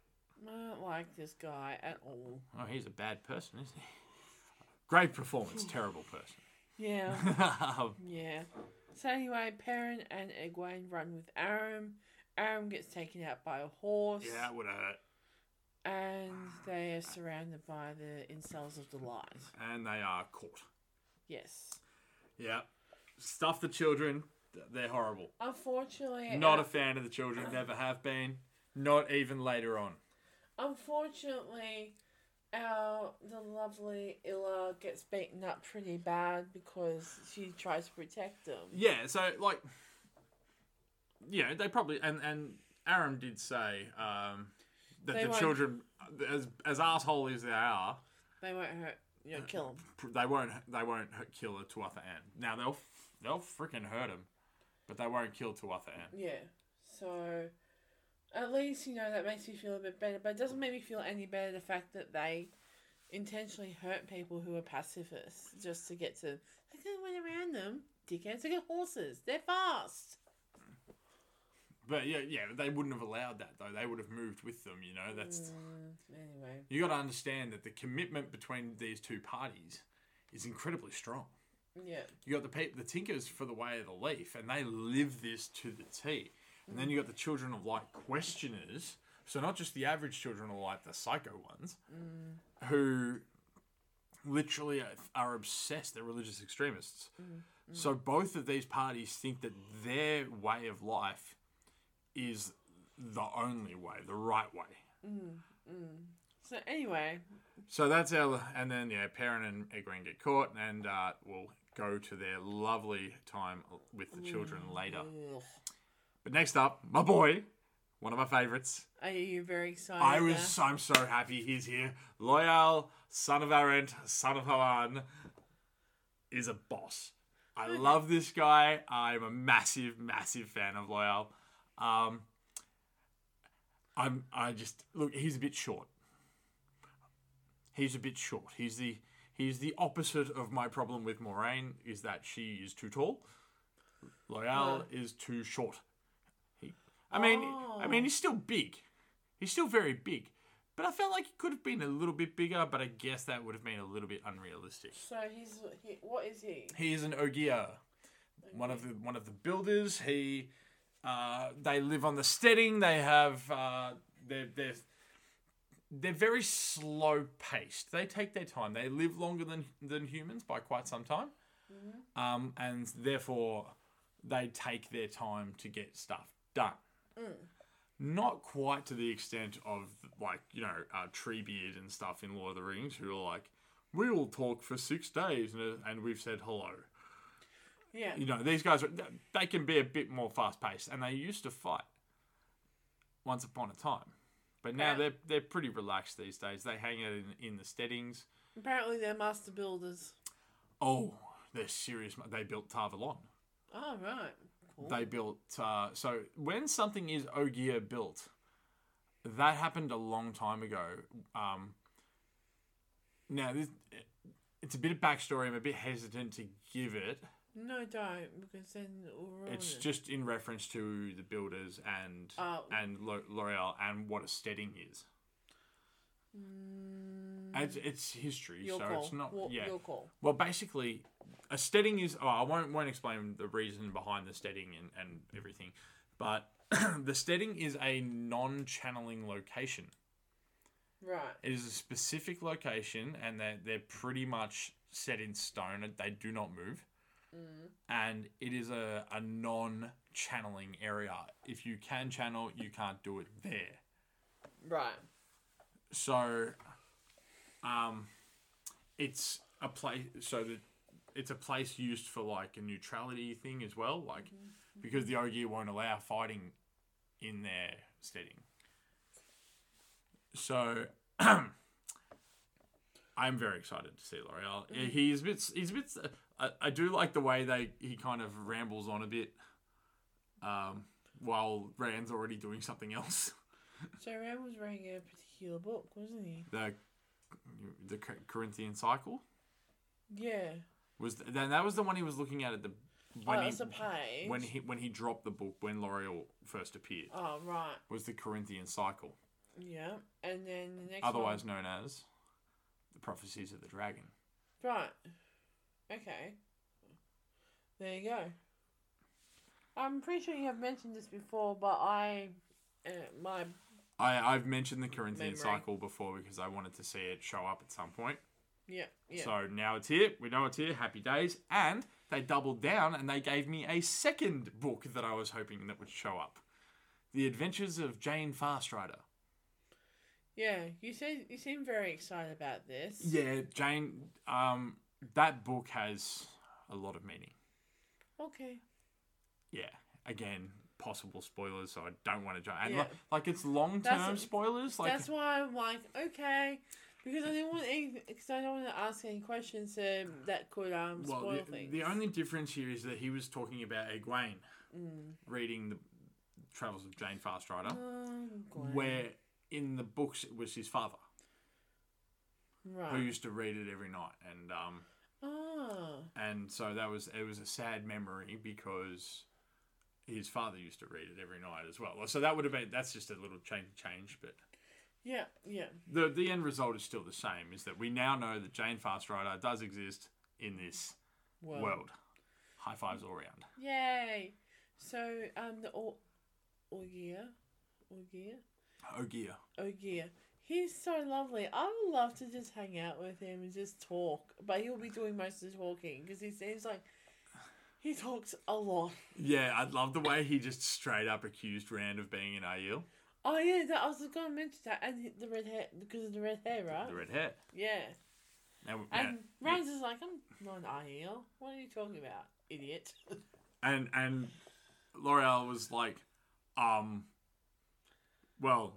Speaker 2: I don't like this guy at all.
Speaker 1: Oh, he's a bad person, isn't he? Great performance, terrible person.
Speaker 2: Yeah,
Speaker 1: Um,
Speaker 2: yeah. So anyway, Perrin and Egwene run with Aram. Aram gets taken out by a horse.
Speaker 1: yeah, that would have hurt.
Speaker 2: And they are surrounded by the incels of the light.
Speaker 1: And they are caught.
Speaker 2: Yes.
Speaker 1: Yeah. Stuff the children. th- They're horrible.
Speaker 2: Unfortunately,
Speaker 1: Not
Speaker 2: uh,
Speaker 1: a fan of the children. Never have been. Not even later on.
Speaker 2: Unfortunately, our the lovely Illa gets beaten up pretty bad because she tries to protect them.
Speaker 1: Yeah. So like, yeah, they probably and and Aram did say um, that
Speaker 2: They
Speaker 1: the
Speaker 2: won't-
Speaker 1: children, as as asshole as they are,
Speaker 2: They won't hurt, you know, kill them.
Speaker 1: pr- they won't they won't hurt- kill a Tuatha Ann. Now they'll they'll freaking hurt him, but they won't kill Tuatha Ann.
Speaker 2: Yeah. So, at least you know that makes me feel a bit better, but it doesn't make me feel any better the fact that they intentionally hurt people who are pacifists just to get to. They could have went around them. Dickheads, look at horses. They're fast.
Speaker 1: But yeah, yeah, they wouldn't have allowed that though. They would have moved with them. You know, that's
Speaker 2: Mm, anyway.
Speaker 1: you got to understand that the commitment between these two parties is incredibly strong.
Speaker 2: Yeah.
Speaker 1: You got the pe- the Tinkers for the way of the leaf, and they live this to the T. And then you got the Children of Light questioners, so not just the average Children of Light, the psycho ones, who literally are- are obsessed. They're religious extremists. So both of these parties think that their way of life is the only way, the right way.
Speaker 2: So, anyway.
Speaker 1: So that's our, and then yeah, Perrin and Egwene get caught, and uh, we'll go to their lovely time with the children later.
Speaker 2: Ugh.
Speaker 1: But next up, my boy, one of my favourites.
Speaker 2: Are you very excited?
Speaker 1: I
Speaker 2: now?
Speaker 1: was, I'm so happy he's here. Loyal, son of Arent, son of Halan, is a boss. I love this guy. I'm a massive, massive fan of Loyal. Um, I'm, I just look. He's a bit short. He's a bit short. He's the, he's the opposite of my problem with Moraine. Is that she is too tall. Loyal is too short. He, I mean, I mean, he's still big. He's still very big, But I felt like it could have been a little bit bigger, but I guess that would have been a little bit unrealistic.
Speaker 2: So he's he, what is he?
Speaker 1: He is an Ogier, one of the one of the builders. He, uh, they live on the steading. They have uh, they're they're they're very slow paced. They take their time. They live longer than than humans by quite some time, um, and therefore they take their time to get stuff done. Not quite to the extent of like you know uh, Treebeard and stuff in Lord of the Rings, who are like, we will talk for six days and, and we've said hello
Speaker 2: Yeah.
Speaker 1: you know these guys are, they can be a bit more fast paced and they used to fight once upon a time but now
Speaker 2: Yeah.
Speaker 1: they're they're pretty relaxed these days they hang out in, in the steadings
Speaker 2: Apparently they're master builders.
Speaker 1: oh they're serious mo- they built tarvalon
Speaker 2: Oh right. Cool.
Speaker 1: they built uh, so when something is ogier built that happened a long time ago um, now this, it's a bit of backstory i'm a bit hesitant to give it
Speaker 2: no, don't because then it will ruin
Speaker 1: It's
Speaker 2: it.
Speaker 1: just in reference to the builders and
Speaker 2: Oh.
Speaker 1: and Lo- L'Oreal and what a steading is.
Speaker 2: Mm.
Speaker 1: It's, it's history,
Speaker 2: your
Speaker 1: so
Speaker 2: call.
Speaker 1: it's not.
Speaker 2: Wha-
Speaker 1: yeah.
Speaker 2: Your call.
Speaker 1: Well, basically, a steading is. Oh, I won't won't explain the reason behind the steading and, and everything, but the steading is a non-channeling location.
Speaker 2: Right.
Speaker 1: It is a specific location, and they're, they're pretty much set in stone. and They do not move. And it is a, a non channeling area. If you can channel, you can't do it there.
Speaker 2: Right.
Speaker 1: So, um, it's a place. So that it's a place used for like a neutrality thing as well, like because the Ogier won't allow fighting in their steading. So, I'm very excited to see L'Oreal. He's a bit. He's a bit. I, I do like the way they he kind of rambles on a bit, um, while Rand's already doing something else.
Speaker 2: So Ram was writing a particular book, wasn't he?
Speaker 1: the the Cor- Corinthian cycle
Speaker 2: Yeah.
Speaker 1: was th- then that was the one he was looking at at the when
Speaker 2: oh,
Speaker 1: he
Speaker 2: it's a page.
Speaker 1: when he when he dropped the book when L'Oreal first appeared
Speaker 2: Oh right.
Speaker 1: was the Corinthian cycle,
Speaker 2: Yeah. And then the next.
Speaker 1: otherwise known as the prophecies of the dragon.
Speaker 2: One. Right. Okay. There you go. I'm pretty sure you have mentioned this before, but I, uh, my
Speaker 1: I I've mentioned the Corinthian
Speaker 2: Memory.
Speaker 1: cycle before because I wanted to see it show up at some point.
Speaker 2: yeah yeah.
Speaker 1: So now it's here. We know it's here. Happy days. And they doubled down and they gave me a second book that I was hoping that would show up, The Adventures of Jane Fastrider.
Speaker 2: Yeah, you said you seem very excited about this.
Speaker 1: Yeah, Jane. Um, that book has a lot of meaning.
Speaker 2: Okay.
Speaker 1: Yeah. Again, possible spoilers, so I don't want to jump. And
Speaker 2: Yeah.
Speaker 1: like, like it's long term
Speaker 2: That's-
Speaker 1: spoilers. Like,
Speaker 2: That's why I'm like, okay, because I didn't want any, because I don't want to ask any questions um, that could um
Speaker 1: well,
Speaker 2: spoil
Speaker 1: the,
Speaker 2: things.
Speaker 1: the only difference here is that he was talking about Egwene
Speaker 2: Mm.
Speaker 1: reading the Travels of Jane Fastrider,
Speaker 2: Oh, Gwen.
Speaker 1: where in the books it was his father who
Speaker 2: right?
Speaker 1: used to read it every night, and um,
Speaker 2: Ah,
Speaker 1: and so that was it was a sad memory because his father used to read it every night as well. So that would have been that's just a little change change, but
Speaker 2: yeah, yeah,
Speaker 1: the the end result is still the same. Is that we now know that Jane Fastrider does exist in this
Speaker 2: well,
Speaker 1: world. High fives all around.
Speaker 2: yay! So um, the or Ogier, Ogier,
Speaker 1: Oh gear.
Speaker 2: Ogier. He's so lovely. I would love to just hang out with him and just talk, but he'll be doing most of the talking because he seems like he talks a lot.
Speaker 1: Yeah, I love the way he just straight up accused Rand of being an Aiel,
Speaker 2: Oh yeah, that I was going to mention that, and the red hair because of the red hair, right?
Speaker 1: the red hair.
Speaker 2: Yeah.
Speaker 1: Now, yeah,
Speaker 2: And Rose is like, I'm not an IEL. What are you talking about, idiot?
Speaker 1: and and L'Oreal was like, um, well,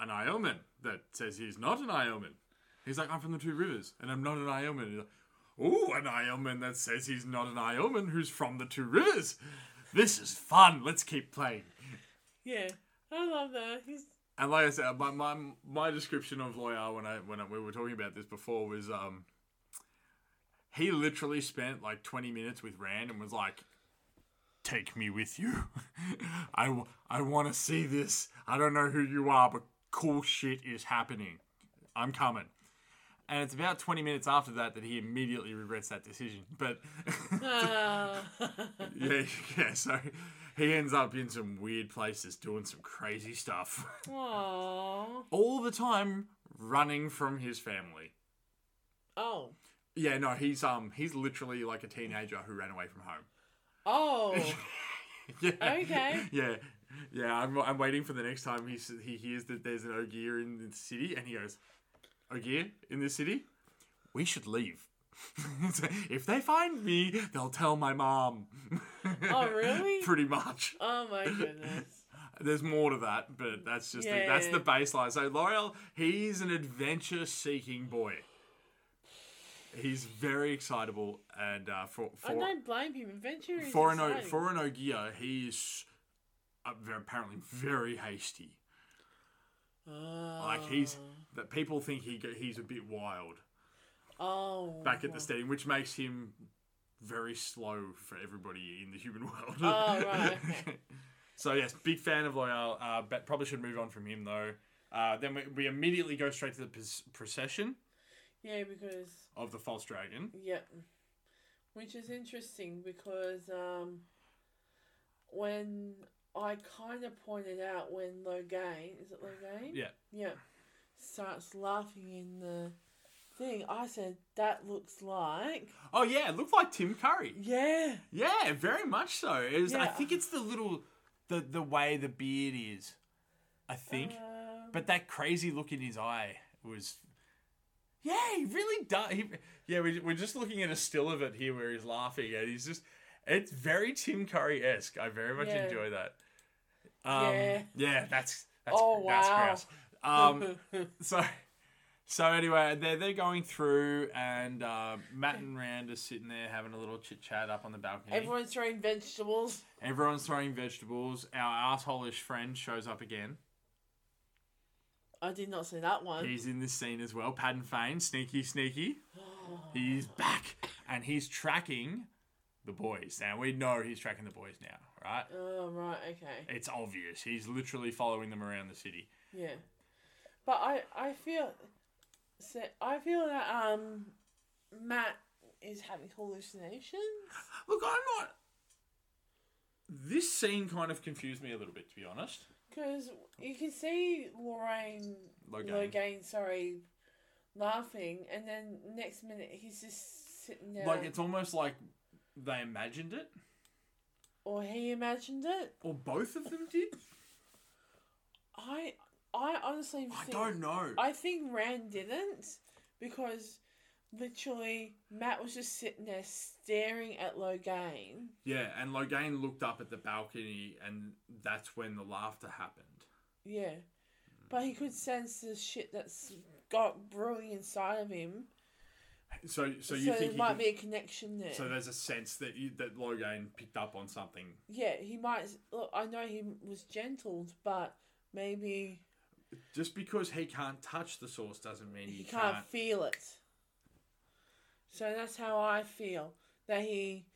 Speaker 1: an Ioman that says he's not an Ioman. He's like, I'm from the Two Rivers, and I'm not an Ioman. He's like, Ooh, an Ioman that says he's not an Ioman who's from the Two Rivers. This is fun. Let's keep playing.
Speaker 2: yeah. I love that. He's
Speaker 1: And like I said, my my, my description of Loyal when I when I, we were talking about this before was um, he literally spent like twenty minutes with Rand and was like, "Take me with you. I, w- I want to see this. I don't know who you are, but cool shit is happening. I'm coming. And it's about 20 minutes after that that he immediately regrets that decision. But
Speaker 2: Ah.
Speaker 1: yeah, yeah, so he ends up in some weird places doing some crazy stuff.
Speaker 2: Aww.
Speaker 1: All the time running from his family.
Speaker 2: Oh.
Speaker 1: Yeah, no, he's um he's literally like a teenager who ran away from home.
Speaker 2: Oh.
Speaker 1: Yeah.
Speaker 2: Okay.
Speaker 1: Yeah. Yeah, I'm, I'm waiting for the next time he s- he hears that there's an Ogier in the city, and he goes, Ogier in the city? We should leave. if they find me, they'll tell my mom.
Speaker 2: Oh, really?
Speaker 1: Pretty much.
Speaker 2: Oh my goodness.
Speaker 1: There's more to that, but that's just the,
Speaker 2: Yeah,
Speaker 1: that's
Speaker 2: yeah.
Speaker 1: the baseline. So L'Oreal, he's an adventure-seeking boy. He's very excitable, and uh, for for
Speaker 2: I don't blame him. Adventure is
Speaker 1: for an, o-
Speaker 2: exciting.
Speaker 1: for an Ogier, he is uh, ver- apparently very hasty.
Speaker 2: Oh.
Speaker 1: Like he's that people think he go- he's a bit wild
Speaker 2: oh
Speaker 1: back at the stadium, which makes him very slow for everybody in the human world.
Speaker 2: Oh, right, okay.
Speaker 1: so yes, big fan of Loyal. Uh, but probably should move on from him though. Uh, then we, we immediately go straight to the pos- procession
Speaker 2: yeah because
Speaker 1: of the false dragon.
Speaker 2: yep, which is interesting because um, when I kind of pointed out when Logain is it Logain
Speaker 1: Yeah.
Speaker 2: yeah starts laughing in the thing, I said that looks like
Speaker 1: Oh yeah, it looked like Tim Curry.
Speaker 2: yeah
Speaker 1: Yeah, very much so. It was, I
Speaker 2: Yeah.
Speaker 1: think it's the little, the the way the beard is, I think.
Speaker 2: um,
Speaker 1: but that crazy look in his eye was, yeah, he really does. He, yeah, we, we're just looking at a still of it here where he's laughing and he's just, it's very Tim Curry esque. I very much
Speaker 2: Yeah.
Speaker 1: enjoy that. Um, yeah.
Speaker 2: Yeah.
Speaker 1: that's that's
Speaker 2: Oh,
Speaker 1: that's
Speaker 2: wow.
Speaker 1: grouse. Um, so. So anyway, they're they're going through, and uh, Matt and Rand are sitting there having a little chit chat up on the balcony.
Speaker 2: everyone's throwing vegetables.
Speaker 1: Everyone's throwing vegetables. Our assholeish friend shows up again.
Speaker 2: I did not see that one.
Speaker 1: He's in this scene as well. Pad and Fane, sneaky, sneaky. He's back and he's tracking the boys. Now we know he's tracking the boys now, right?
Speaker 2: Oh right, okay.
Speaker 1: It's obvious. He's literally following them around the city.
Speaker 2: Yeah, but I I feel so I feel that um Matt is having hallucinations.
Speaker 1: Look, I'm not. This scene kind of confused me a little bit, to be honest.
Speaker 2: because you can see Lorraine
Speaker 1: Logan.
Speaker 2: Logan sorry laughing, and then next minute he's just sitting there,
Speaker 1: Like it's almost like they imagined it,
Speaker 2: or he imagined it.
Speaker 1: or both of them did.
Speaker 2: I I honestly
Speaker 1: I
Speaker 2: think-
Speaker 1: don't know.
Speaker 2: I think Rand didn't because literally Matt was just sitting there staring at Logan.
Speaker 1: Yeah, and Logain looked up at the balcony, and that's when the laughter happened.
Speaker 2: Yeah. But he could sense the shit that's got brewing inside of him.
Speaker 1: So, so
Speaker 2: So,
Speaker 1: you think
Speaker 2: there
Speaker 1: he
Speaker 2: might
Speaker 1: could-
Speaker 2: be a connection there.
Speaker 1: so? There's a sense that you, that Logain picked up on something.
Speaker 2: yeah, he might. Look, I know he was gentled, but maybe
Speaker 1: Just because he can't touch the source doesn't mean
Speaker 2: he,
Speaker 1: he
Speaker 2: can't,
Speaker 1: can't.
Speaker 2: feel it. So that's how I feel that he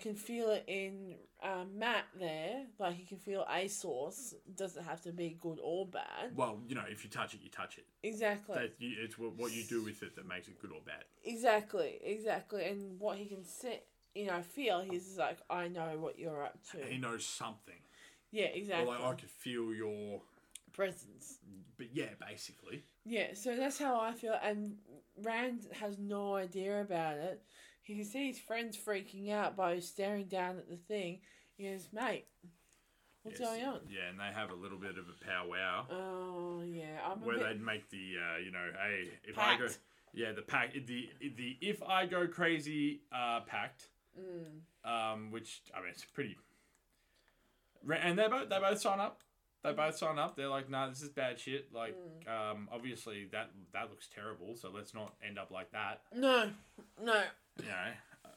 Speaker 2: can feel it in uh, Matt there. Like he can feel a source. Doesn't have to be good or bad.
Speaker 1: Well, you know, if you touch it, you touch it.
Speaker 2: Exactly.
Speaker 1: That you, it's what what you do with it that makes it good or bad.
Speaker 2: Exactly, exactly. And what he can sit, you know, feel, he's just like, I know what you're up to.
Speaker 1: He knows something.
Speaker 2: Yeah,
Speaker 1: Or
Speaker 2: exactly.
Speaker 1: like I could feel your,
Speaker 2: Presence.
Speaker 1: but yeah, basically.
Speaker 2: Yeah, so that's how I feel. And Rand has no idea about it. He can see his friends freaking out by staring down at the thing. He goes, mate, what's
Speaker 1: Yes.
Speaker 2: going on?
Speaker 1: Yeah, and they have a little bit of a powwow.
Speaker 2: Oh, yeah. I'm a
Speaker 1: where
Speaker 2: bit-
Speaker 1: they'd make the uh, you know hey if I go
Speaker 2: Pact.
Speaker 1: yeah the pact the the if I go crazy uh, pact
Speaker 2: mm.
Speaker 1: um, which I mean it's pretty Ra- and they both they both sign up they both sign up they're like nah this is bad shit like um, obviously that that looks terrible so let's not end up like that
Speaker 2: No, no.
Speaker 1: you know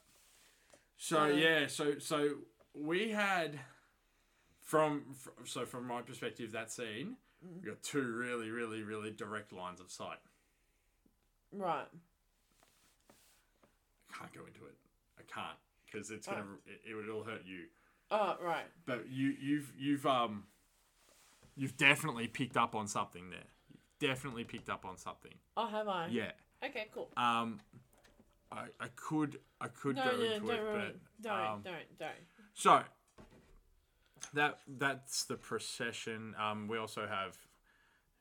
Speaker 1: so
Speaker 2: Uh,
Speaker 1: yeah so so we had from fr- so from my perspective that scene we got two really really really direct lines of sight
Speaker 2: Right.
Speaker 1: I can't go into it. I can't because it's gonna it, it would all hurt you.
Speaker 2: Oh, right.
Speaker 1: But you you've you've um you've definitely picked up on something there. definitely picked up on something.
Speaker 2: Oh, have I?
Speaker 1: Yeah.
Speaker 2: Okay, cool.
Speaker 1: Um, I, I could I could
Speaker 2: No,
Speaker 1: go
Speaker 2: no, no,
Speaker 1: into
Speaker 2: don't,
Speaker 1: it,
Speaker 2: ruin
Speaker 1: but
Speaker 2: it. don't,
Speaker 1: um,
Speaker 2: don't, don't.
Speaker 1: so that that's the procession. Um, we also have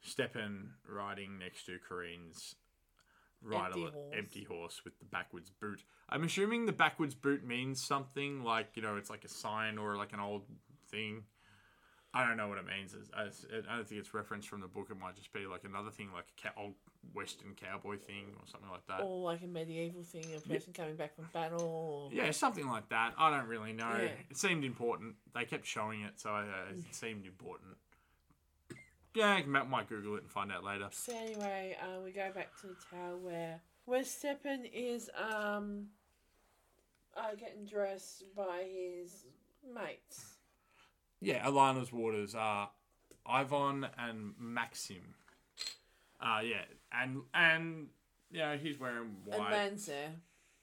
Speaker 1: Stepan riding next to Kareen's rider
Speaker 2: Empty horse.
Speaker 1: empty horse with the backwards boot. I'm assuming the backwards boot means something like you know it's like a sign or like an old thing. I don't know what it means. It's- it's- I don't think it's referenced from the book. It might just be like another thing, like a cow- old Western cowboy thing or something like that.
Speaker 2: Or like a medieval thing, a person coming back from battle. Or...
Speaker 1: Yeah, something like that. I don't really know.
Speaker 2: Yeah.
Speaker 1: It seemed important. They kept showing it, so uh, it seemed important. Yeah, Matt might Google it and find out later.
Speaker 2: So anyway, uh, we go back to the tower where where Stepan is um uh, getting dressed by his mates.
Speaker 1: Yeah, Alana's waters are Ivan and Maxim. Uh, yeah, and and yeah, he's wearing white.
Speaker 2: And Lan's there.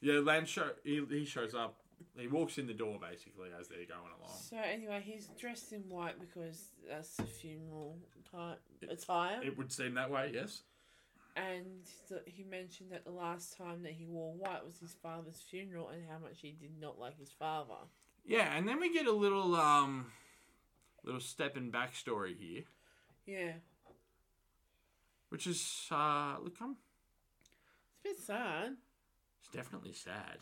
Speaker 1: yeah, Lan show he, he shows up. He walks in the door basically as they're going along.
Speaker 2: So anyway, he's dressed in white because that's the funeral type attire.
Speaker 1: It would seem that way, yes.
Speaker 2: and th- he mentioned that the last time that he wore white was his father's funeral and how much he did not like his father.
Speaker 1: Yeah, and then we get a little um, little step in backstory here.
Speaker 2: Yeah.
Speaker 1: which is uh look I'm
Speaker 2: It's a bit sad.
Speaker 1: it's definitely sad.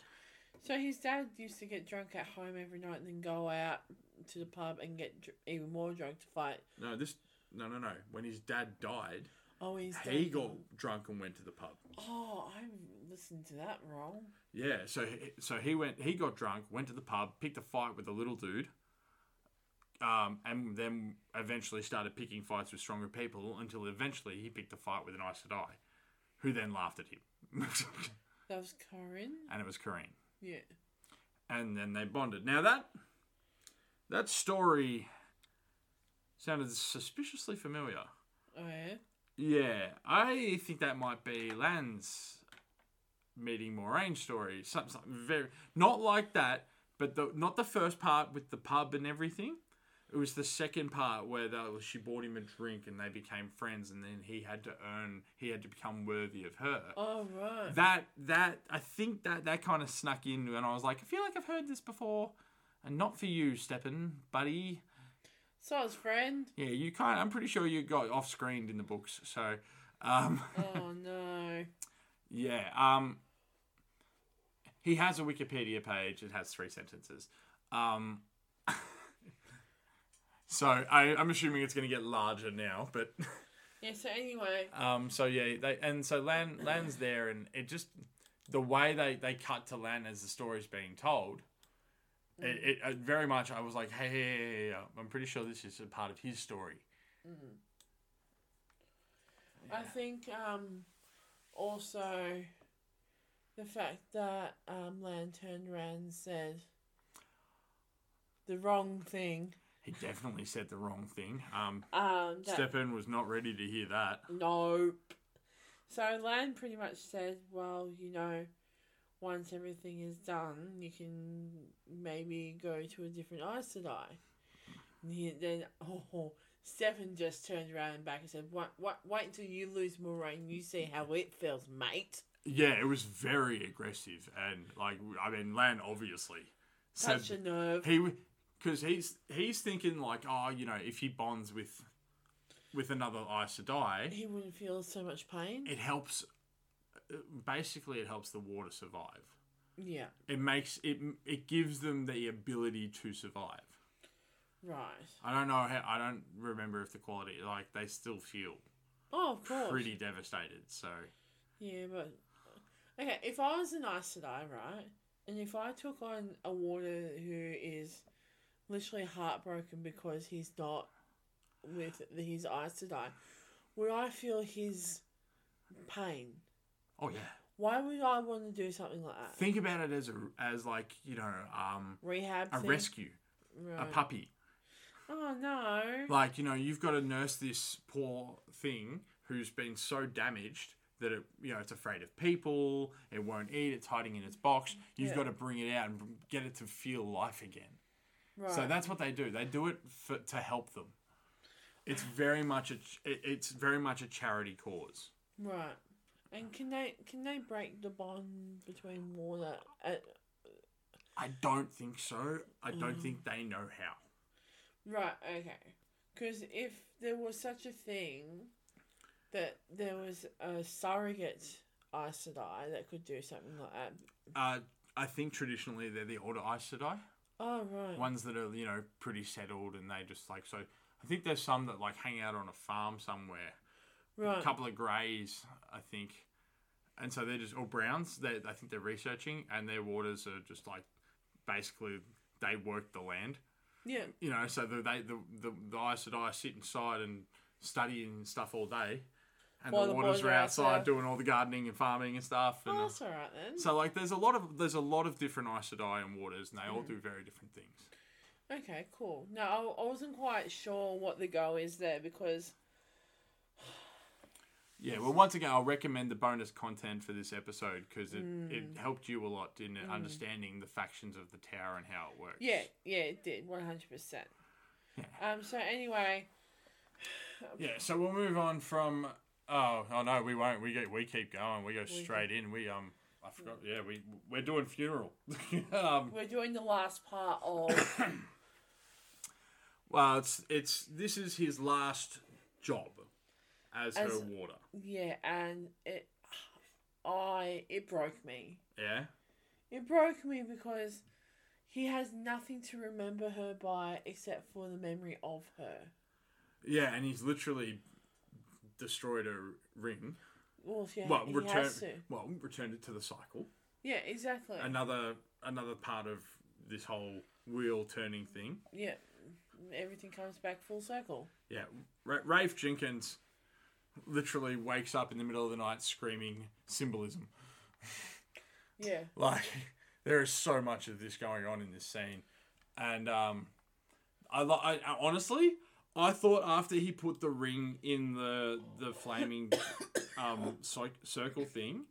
Speaker 2: So his dad used to get drunk at home every night and then go out to the pub and get dr- even more drunk to fight.
Speaker 1: No, this no no no. When his dad died,
Speaker 2: Oh, he's
Speaker 1: he got drunk and went to the pub.
Speaker 2: Oh, I listened to that wrong.
Speaker 1: Yeah, so he- so he went he got drunk, went to the pub, picked a fight with a little dude. Um, and then eventually started picking fights with stronger people until eventually he picked a fight with an Aes Sedai, who then laughed at him.
Speaker 2: That was Corin.
Speaker 1: and it was Kareem.
Speaker 2: Yeah.
Speaker 1: and then they bonded. Now that that story sounded suspiciously familiar.
Speaker 2: Oh yeah.
Speaker 1: Yeah, I think that might be Lan's meeting Moraine story. Something, something very not like that, but the not the first part with the pub and everything. It was the second part where they, she bought him a drink and they became friends, and then he had to earn, he had to become worthy of her.
Speaker 2: Oh right.
Speaker 1: That that I think that that kind of snuck in, and I was like, I feel like I've heard this before, and not for you, Stepan, buddy.
Speaker 2: so his friend.
Speaker 1: Yeah, you kind. I'm pretty sure you got off screened in the books, so. Um,
Speaker 2: Oh no.
Speaker 1: Yeah. Um. He has a Wikipedia page. It has three sentences. Um. so I, I'm assuming it's going to get larger now, but
Speaker 2: Yeah. So anyway,
Speaker 1: um. So yeah, they and so Lan Lan's there, and it just the way they they cut to Lan as the story's being told. It, it, it very much. I was like, hey, hey, hey, hey, hey, I'm pretty sure this is a part of his story.
Speaker 2: I think um, also the fact that um, Lan turned around and said the wrong thing.
Speaker 1: He definitely said the wrong thing. Um,
Speaker 2: Um, that,
Speaker 1: Stepan was not ready to hear that.
Speaker 2: Nope. So Lan pretty much said, well, you know, once everything is done, you can maybe go to a different Aes Sedai. And he, then, oh, Stefan just turned around and back and said, wait, wait, wait until you lose Moraine, you see how it feels, mate.
Speaker 1: Yeah, it was very aggressive, and like I mean, Lan obviously said
Speaker 2: Such a nerve.
Speaker 1: he because he's he's thinking like, oh, you know, if he bonds with with another Aes Sedai,
Speaker 2: He wouldn't feel so much pain.
Speaker 1: it helps. Basically, it helps the water survive.
Speaker 2: Yeah,
Speaker 1: It makes it it gives them the ability to survive.
Speaker 2: right.
Speaker 1: I don't know how I don't remember if the quality like they still feel
Speaker 2: Oh, of course.
Speaker 1: pretty devastated. So
Speaker 2: Yeah, but okay. If I was an Aes Sedai, right, and if I took on a warder who is literally heartbroken because he's not with the- his Aes Sedai, would I feel his pain?
Speaker 1: oh yeah,
Speaker 2: Why would I want to do something like that?
Speaker 1: think about it as a as like you know um
Speaker 2: Rehab.
Speaker 1: a
Speaker 2: thing?
Speaker 1: rescue. a
Speaker 2: Right.
Speaker 1: puppy.
Speaker 2: Oh no.
Speaker 1: Like, you know, you've got to nurse this poor thing who's been so damaged that it, you know, it's afraid of people, it won't eat, it's hiding in its box. You've
Speaker 2: Yeah.
Speaker 1: got to bring it out and br- get it to feel life again.
Speaker 2: Right.
Speaker 1: So that's what they do. They do it for, to help them. It's very much a ch- it- it's very much a charity cause.
Speaker 2: Right. And can they can they break the bond between water? Uh,
Speaker 1: I don't think so. I don't
Speaker 2: Mm.
Speaker 1: think they know how.
Speaker 2: right. Okay. Because if there was such a thing, that there was a surrogate Aes Sedai that could do something like that.
Speaker 1: Uh, I think traditionally they're the older Aes Sedai.
Speaker 2: Oh right.
Speaker 1: ones that are you know pretty settled and they just like so i think there's some that like hang out on a farm somewhere a
Speaker 2: right.
Speaker 1: couple of greys i think and so they're just all browns they, i think they're researching and their waters are just like basically they work the land
Speaker 2: Yeah.
Speaker 1: you know so the, they the, the, the Aes Sedai sit inside and study and stuff all day and
Speaker 2: While
Speaker 1: the
Speaker 2: the
Speaker 1: waters
Speaker 2: boys
Speaker 1: are
Speaker 2: are out
Speaker 1: outside
Speaker 2: there.
Speaker 1: doing all the gardening and farming and stuff and
Speaker 2: Oh, that's all right then.
Speaker 1: so like there's a lot of there's a lot of different Aes Sedai and waters and they all do very different things
Speaker 2: Okay, cool. No, I, I wasn't quite sure what the go is there because
Speaker 1: Yeah, well, once again, I'll recommend the bonus content for this episode because it,
Speaker 2: Mm.
Speaker 1: it helped you a lot in understanding the factions of the tower and how it works.
Speaker 2: yeah, yeah, it did one hundred percent. Um. So anyway,
Speaker 1: Yeah, so we'll move on from. Oh, oh no, we won't. We get we keep going. We go straight in. We um,
Speaker 2: Mm.
Speaker 1: I forgot. Yeah, we we're doing funeral. um,
Speaker 2: we're doing the last part of
Speaker 1: well, it's it's this is his last job as, her
Speaker 2: As-
Speaker 1: warder.
Speaker 2: yeah, and it, I it broke me.
Speaker 1: Yeah,
Speaker 2: It broke me because he has nothing to remember her by except for the memory of her.
Speaker 1: yeah, and he's literally destroyed her ring.
Speaker 2: Well, she,
Speaker 1: Well,
Speaker 2: he
Speaker 1: returned.
Speaker 2: has to.
Speaker 1: Well, returned it to the cycle.
Speaker 2: Yeah, exactly.
Speaker 1: another another part of this whole wheel turning thing.
Speaker 2: yeah, everything comes back full circle.
Speaker 1: Yeah, Ra- Rafe Jenkins literally wakes up in the middle of the night screaming symbolism.
Speaker 2: Yeah.
Speaker 1: Like there is so much of this going on in this scene, and um, I, lo- I, I honestly I thought after he put the ring in the the flaming um ci- circle thing,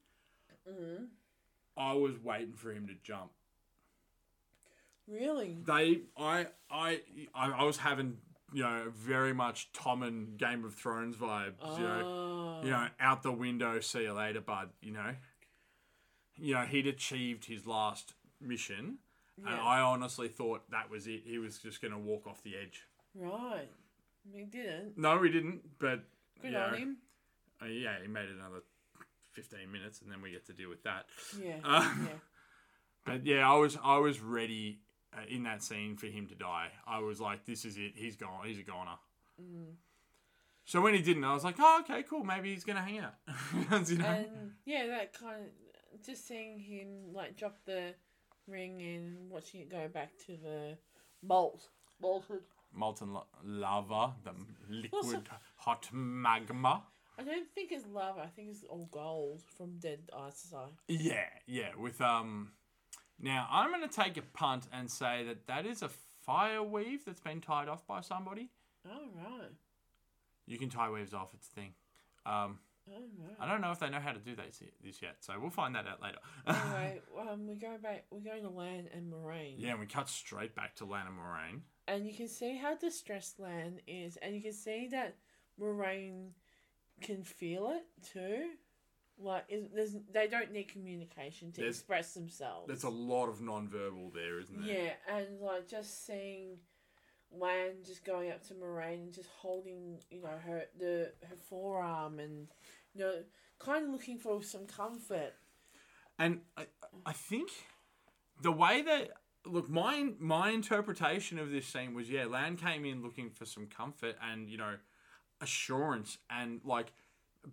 Speaker 2: Mm-hmm.
Speaker 1: I was waiting for him to jump.
Speaker 2: Really.
Speaker 1: they I I I I was having you know very much Tom and Game of Thrones vibes. You know,
Speaker 2: Oh.
Speaker 1: you know, out the window, see you later, bud. You know, you know he'd achieved his last mission, and
Speaker 2: Yeah.
Speaker 1: I honestly thought that was it. He was just going to walk off the edge.
Speaker 2: Right. He didn't.
Speaker 1: No, he didn't. But you
Speaker 2: Good
Speaker 1: know,
Speaker 2: on him.
Speaker 1: uh, yeah, he made another fifteen minutes, and then we get to deal with that.
Speaker 2: Yeah.
Speaker 1: Uh,
Speaker 2: yeah.
Speaker 1: But yeah, I was I was ready uh, in that scene for him to die. I was like, this is it. He's gone. He's a goner. So when he didn't, I was like, oh, okay, cool. Maybe he's gonna hang out. You know?
Speaker 2: And yeah, that kind of just seeing him like drop the ring and watching it go back to the malt, malted.
Speaker 1: Molten lo- lava, the m- liquid hot magma.
Speaker 2: I don't think it's lava. I think it's all gold from dead Isis Eye.
Speaker 1: Yeah, yeah. With um, now I'm gonna take a punt and say that that is a fire weave that's been tied off by somebody.
Speaker 2: All right.
Speaker 1: You can tie weaves off. It's a thing. Um,
Speaker 2: All
Speaker 1: I
Speaker 2: right.
Speaker 1: don't know if they know how to do this y- this yet, so we'll find that out later.
Speaker 2: Anyway, um, we go back. We go to Lan and Moraine.
Speaker 1: Yeah, and we cut straight back to Lana Moraine.
Speaker 2: and you can see how distressed Lan is, and you can see that Moraine can feel it too. Like, is, there's, they don't need communication to
Speaker 1: There's-
Speaker 2: express themselves.
Speaker 1: There's a lot of non-verbal there, isn't there?
Speaker 2: yeah, and like just seeing Lan just going up to Moraine and just holding, you know, her the her forearm and you know, kind of looking for some comfort.
Speaker 1: And I, I think the way that look my my interpretation of this scene was yeah, Lan came in looking for some comfort and you know assurance and like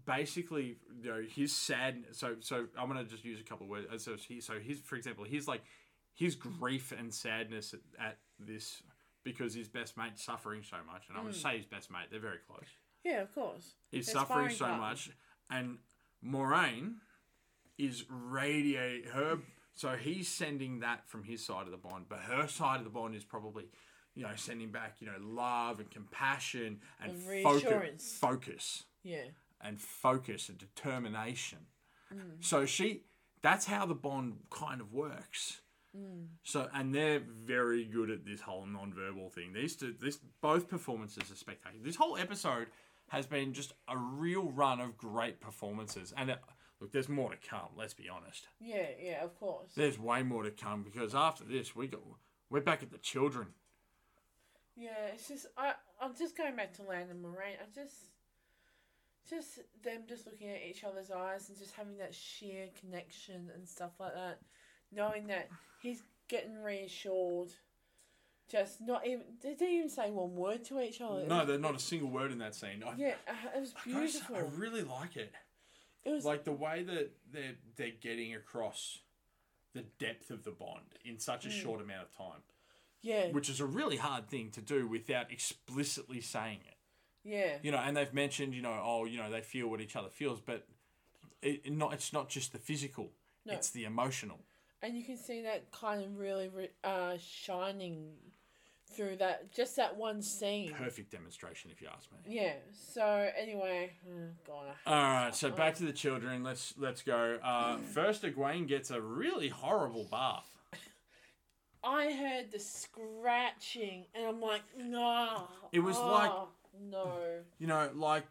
Speaker 1: basically you know his sad so so I'm gonna just use a couple of words Uh, so he so his for example his like his grief and sadness at, at this because his best mate's suffering so much and I'm gonna say his best mate they're very close
Speaker 2: Yeah, of course.
Speaker 1: is
Speaker 2: They're
Speaker 1: suffering
Speaker 2: sparring
Speaker 1: so
Speaker 2: partners.
Speaker 1: much, and Moraine is radiate her. So he's sending that from his side of the bond, but her side of the bond is probably, you know, sending back you know love and compassion and,
Speaker 2: And
Speaker 1: focus,
Speaker 2: reassurance.
Speaker 1: focus
Speaker 2: Yeah,
Speaker 1: and focus and
Speaker 2: Mm.
Speaker 1: determination. So she, that's how the bond kind of works.
Speaker 2: Mm.
Speaker 1: So and they're very good at this whole non-verbal thing. These two, this both performances are spectacular. This whole episode has been just a real run of great performances. And uh, look, there's more to come. Let's be honest.
Speaker 2: Yeah, yeah, of course.
Speaker 1: There's way more to come because after this, we got we're back at the children.
Speaker 2: Yeah, it's just I. I'm just going back to Landon Moraine. I just, just them just looking at each other's eyes and just having that sheer connection and stuff like that, knowing that he's getting reassured. Just not even they didn't even say one word to each other. It
Speaker 1: No,
Speaker 2: was-
Speaker 1: there's not a single word in that scene. I,
Speaker 2: Oh, Yeah, uh, it was
Speaker 1: I gotta say,
Speaker 2: beautiful.
Speaker 1: I really like it.
Speaker 2: it was
Speaker 1: like the way that they're they're getting across the depth of the bond in such a short amount of time,
Speaker 2: Mm. yeah,
Speaker 1: which is a really hard thing to do without explicitly saying it.
Speaker 2: yeah,
Speaker 1: You know, and they've mentioned, you know, oh, you know, they feel what each other feels, but it, it not it's not just the physical,
Speaker 2: No.
Speaker 1: it's the emotional.
Speaker 2: and you can see that kind of really re- uh shining through that just that one scene.
Speaker 1: Perfect demonstration, if you ask me.
Speaker 2: Yeah. So anyway, oh God, I
Speaker 1: All right, so back to the children. Let's let's go. Uh, first, Egwene gets a really horrible bath.
Speaker 2: I heard the scratching, and I'm like, no.
Speaker 1: It was like-
Speaker 2: no.
Speaker 1: you know, like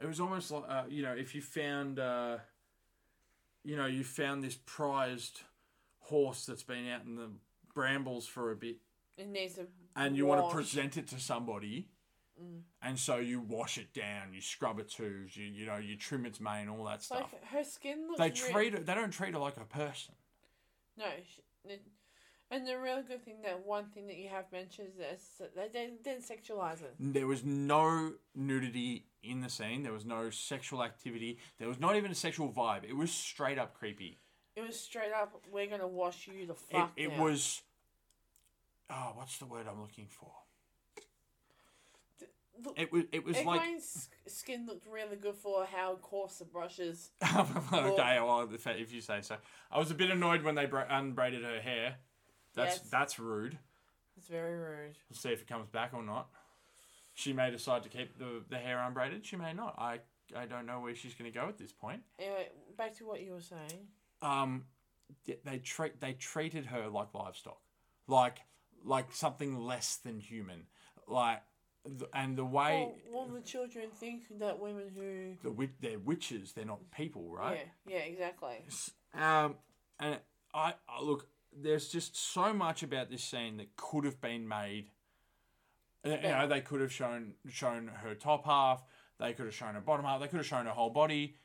Speaker 1: it was almost like uh, you know, if you found, uh, you know, you found this prized horse that's been out in the brambles for a bit,
Speaker 2: It needs a.
Speaker 1: and you want
Speaker 2: wash. Mm.
Speaker 1: to present it to somebody, and so you wash it down, you scrub it to, you you know, you trim its mane, all that
Speaker 2: Like
Speaker 1: stuff.
Speaker 2: her skin looks.
Speaker 1: They
Speaker 2: re-
Speaker 1: treat it. They don't treat it like a person.
Speaker 2: No, sh- the- and the real good thing that one thing that you have mentioned is that it's- that they didn't- didn't sexualize it.
Speaker 1: There was no nudity in the scene. There was no sexual activity. There was not even a sexual vibe. It was straight up creepy.
Speaker 2: It was straight up. We're gonna wash you the
Speaker 1: it,
Speaker 2: fuck.
Speaker 1: it
Speaker 2: now."
Speaker 1: was oh what's the word i'm looking for
Speaker 2: Look,
Speaker 1: it was it was like
Speaker 2: Egwene's s skin looked really good for how coarse the brushes.
Speaker 1: okay well if, if you say so i was a bit annoyed when they bra- unbraided her hair that's
Speaker 2: Yes.
Speaker 1: that's rude
Speaker 2: It's very rude.
Speaker 1: we'll see if it comes back or not she may decide to keep the, the hair unbraided she may not i i don't know where she's going to go at this point
Speaker 2: Anyway, back to what you were saying.
Speaker 1: um they, they treat they treated her like livestock like like something less than human like th- and the way
Speaker 2: Well, well, the children think that women who.
Speaker 1: the wi- they're witches. They're not people, right?
Speaker 2: Yeah, yeah, exactly.
Speaker 1: Um, and I, I look. There's just so much about this scene that could have been made. Uh, You know, they could have shown shown her top half. They could have shown her bottom half. They could have shown her whole body,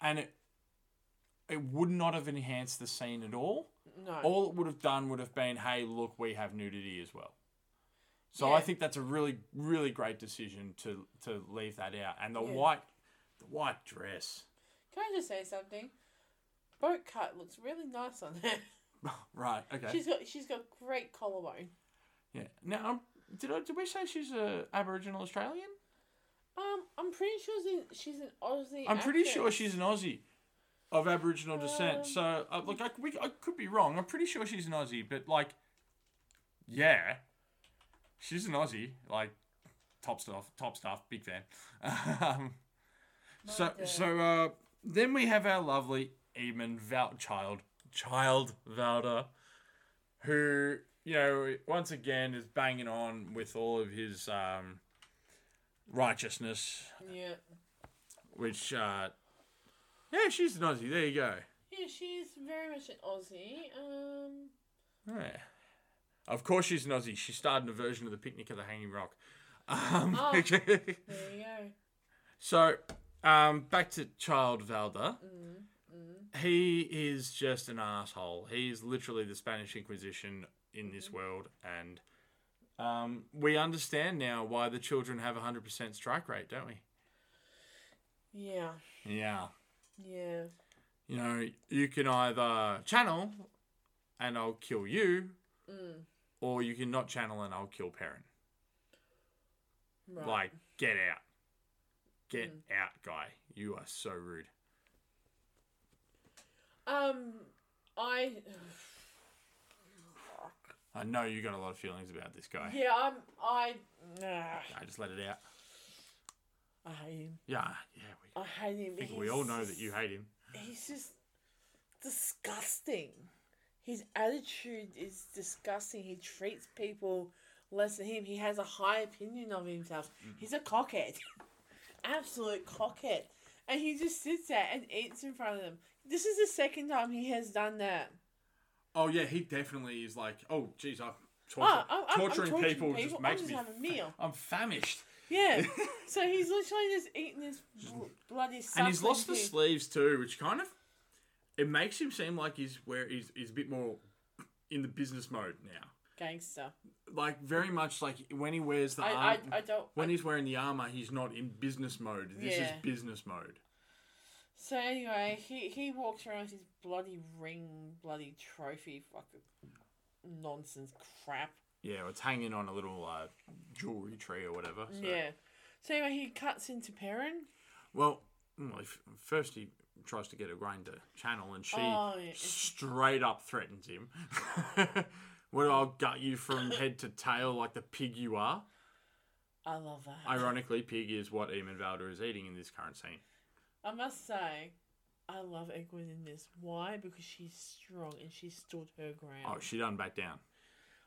Speaker 1: and it it would not have enhanced the scene at all.
Speaker 2: No.
Speaker 1: All it would have done would have been, hey, look, we have nudity as well. So I
Speaker 2: Yeah.
Speaker 1: think that's a really, really great decision to to leave that out. And the
Speaker 2: Yeah.
Speaker 1: white, the white dress,
Speaker 2: Can I just say something? Boat cut looks really nice on her.
Speaker 1: right? Okay.
Speaker 2: she's got she's got great collarbone.
Speaker 1: yeah. Now, um, did I, did we say she's a Aboriginal Australian?
Speaker 2: Um, I'm pretty sure she's an, she's an Aussie.
Speaker 1: I'm pretty
Speaker 2: actress.
Speaker 1: sure she's an Aussie of Aboriginal descent.
Speaker 2: Um,
Speaker 1: So uh, look, I, we, I could be wrong. I'm pretty sure she's an Aussie, but like, yeah, she's an Aussie. Like, top stuff, top stuff, big fan. um, so
Speaker 2: Love it.
Speaker 1: so uh, then we have our lovely Eamon Val- Child Child Valda, who you know once again is banging on with all of his um, righteousness
Speaker 2: Yeah,
Speaker 1: which uh yeah she's an aussie there you go
Speaker 2: yeah, she's very much an Aussie. Um,
Speaker 1: yeah. of course she's an aussie she starred in a version of the picnic at the hanging rock um,
Speaker 2: Oh. there you go.
Speaker 1: so um, back to child valda he is just an asshole he's literally the spanish inquisition in this world and um, we understand now why the children have a 100% strike rate don't we
Speaker 2: Yeah,
Speaker 1: yeah
Speaker 2: yeah,
Speaker 1: you know, you can either channel and I'll kill you,
Speaker 2: Mm,
Speaker 1: or you can not channel and I'll kill parent.
Speaker 2: right. Mm.
Speaker 1: Like, get out. Get out, guy. You are so rude.
Speaker 2: Um, I
Speaker 1: I know you got a lot of feelings about this guy.
Speaker 2: yeah, I'm I. Nah,
Speaker 1: I just let it out.
Speaker 2: I hate him.
Speaker 1: Yeah, yeah. We,
Speaker 2: I hate him.
Speaker 1: I think we
Speaker 2: He's
Speaker 1: all know
Speaker 2: just-
Speaker 1: that you hate him.
Speaker 2: He's just disgusting. His attitude is disgusting. He treats people less than him. He has a high opinion of himself.
Speaker 1: Mm-hmm.
Speaker 2: He's a cockhead. Absolute cockhead. And he just sits there and eats in front of them. This is the second time he has done that.
Speaker 1: Oh yeah, he definitely is like, oh geez, I'm torturing,
Speaker 2: Oh, I'm, I'm,
Speaker 1: torturing,
Speaker 2: I'm torturing
Speaker 1: people, just makes
Speaker 2: I'm just
Speaker 1: me.
Speaker 2: having a meal.
Speaker 1: I'm famished,
Speaker 2: Yeah. so he's literally just eating this bl- bloody
Speaker 1: and he's lost the
Speaker 2: suckling thing.
Speaker 1: sleeves too, which kind of it makes him seem like he's where he's, he's a bit more in the business mode now.
Speaker 2: Gangster.
Speaker 1: Like very much like when he wears the
Speaker 2: I, I,
Speaker 1: arm,
Speaker 2: I don't.
Speaker 1: when he's wearing the armor, he's not in business mode. This is
Speaker 2: Yeah.
Speaker 1: business mode.
Speaker 2: So anyway, he he walks around with his bloody ring, bloody trophy, fucking nonsense crap.
Speaker 1: Yeah, it's hanging on a little uh, jewelry tree or whatever. So.
Speaker 2: Yeah. So anyway, he cuts into Perrin.
Speaker 1: Well, mm, well, f- first he tries to get a grinder channel, and she
Speaker 2: Oh, yeah.
Speaker 1: straight up threatens him. well, I'll gut you from head to tail like the pig you are.
Speaker 2: I love that.
Speaker 1: Ironically, pig is what Eamon Valder is eating in this current scene.
Speaker 2: I must say, I love Egwene in this. Why? Because she's strong and she stood her ground.
Speaker 1: Oh, she done back down.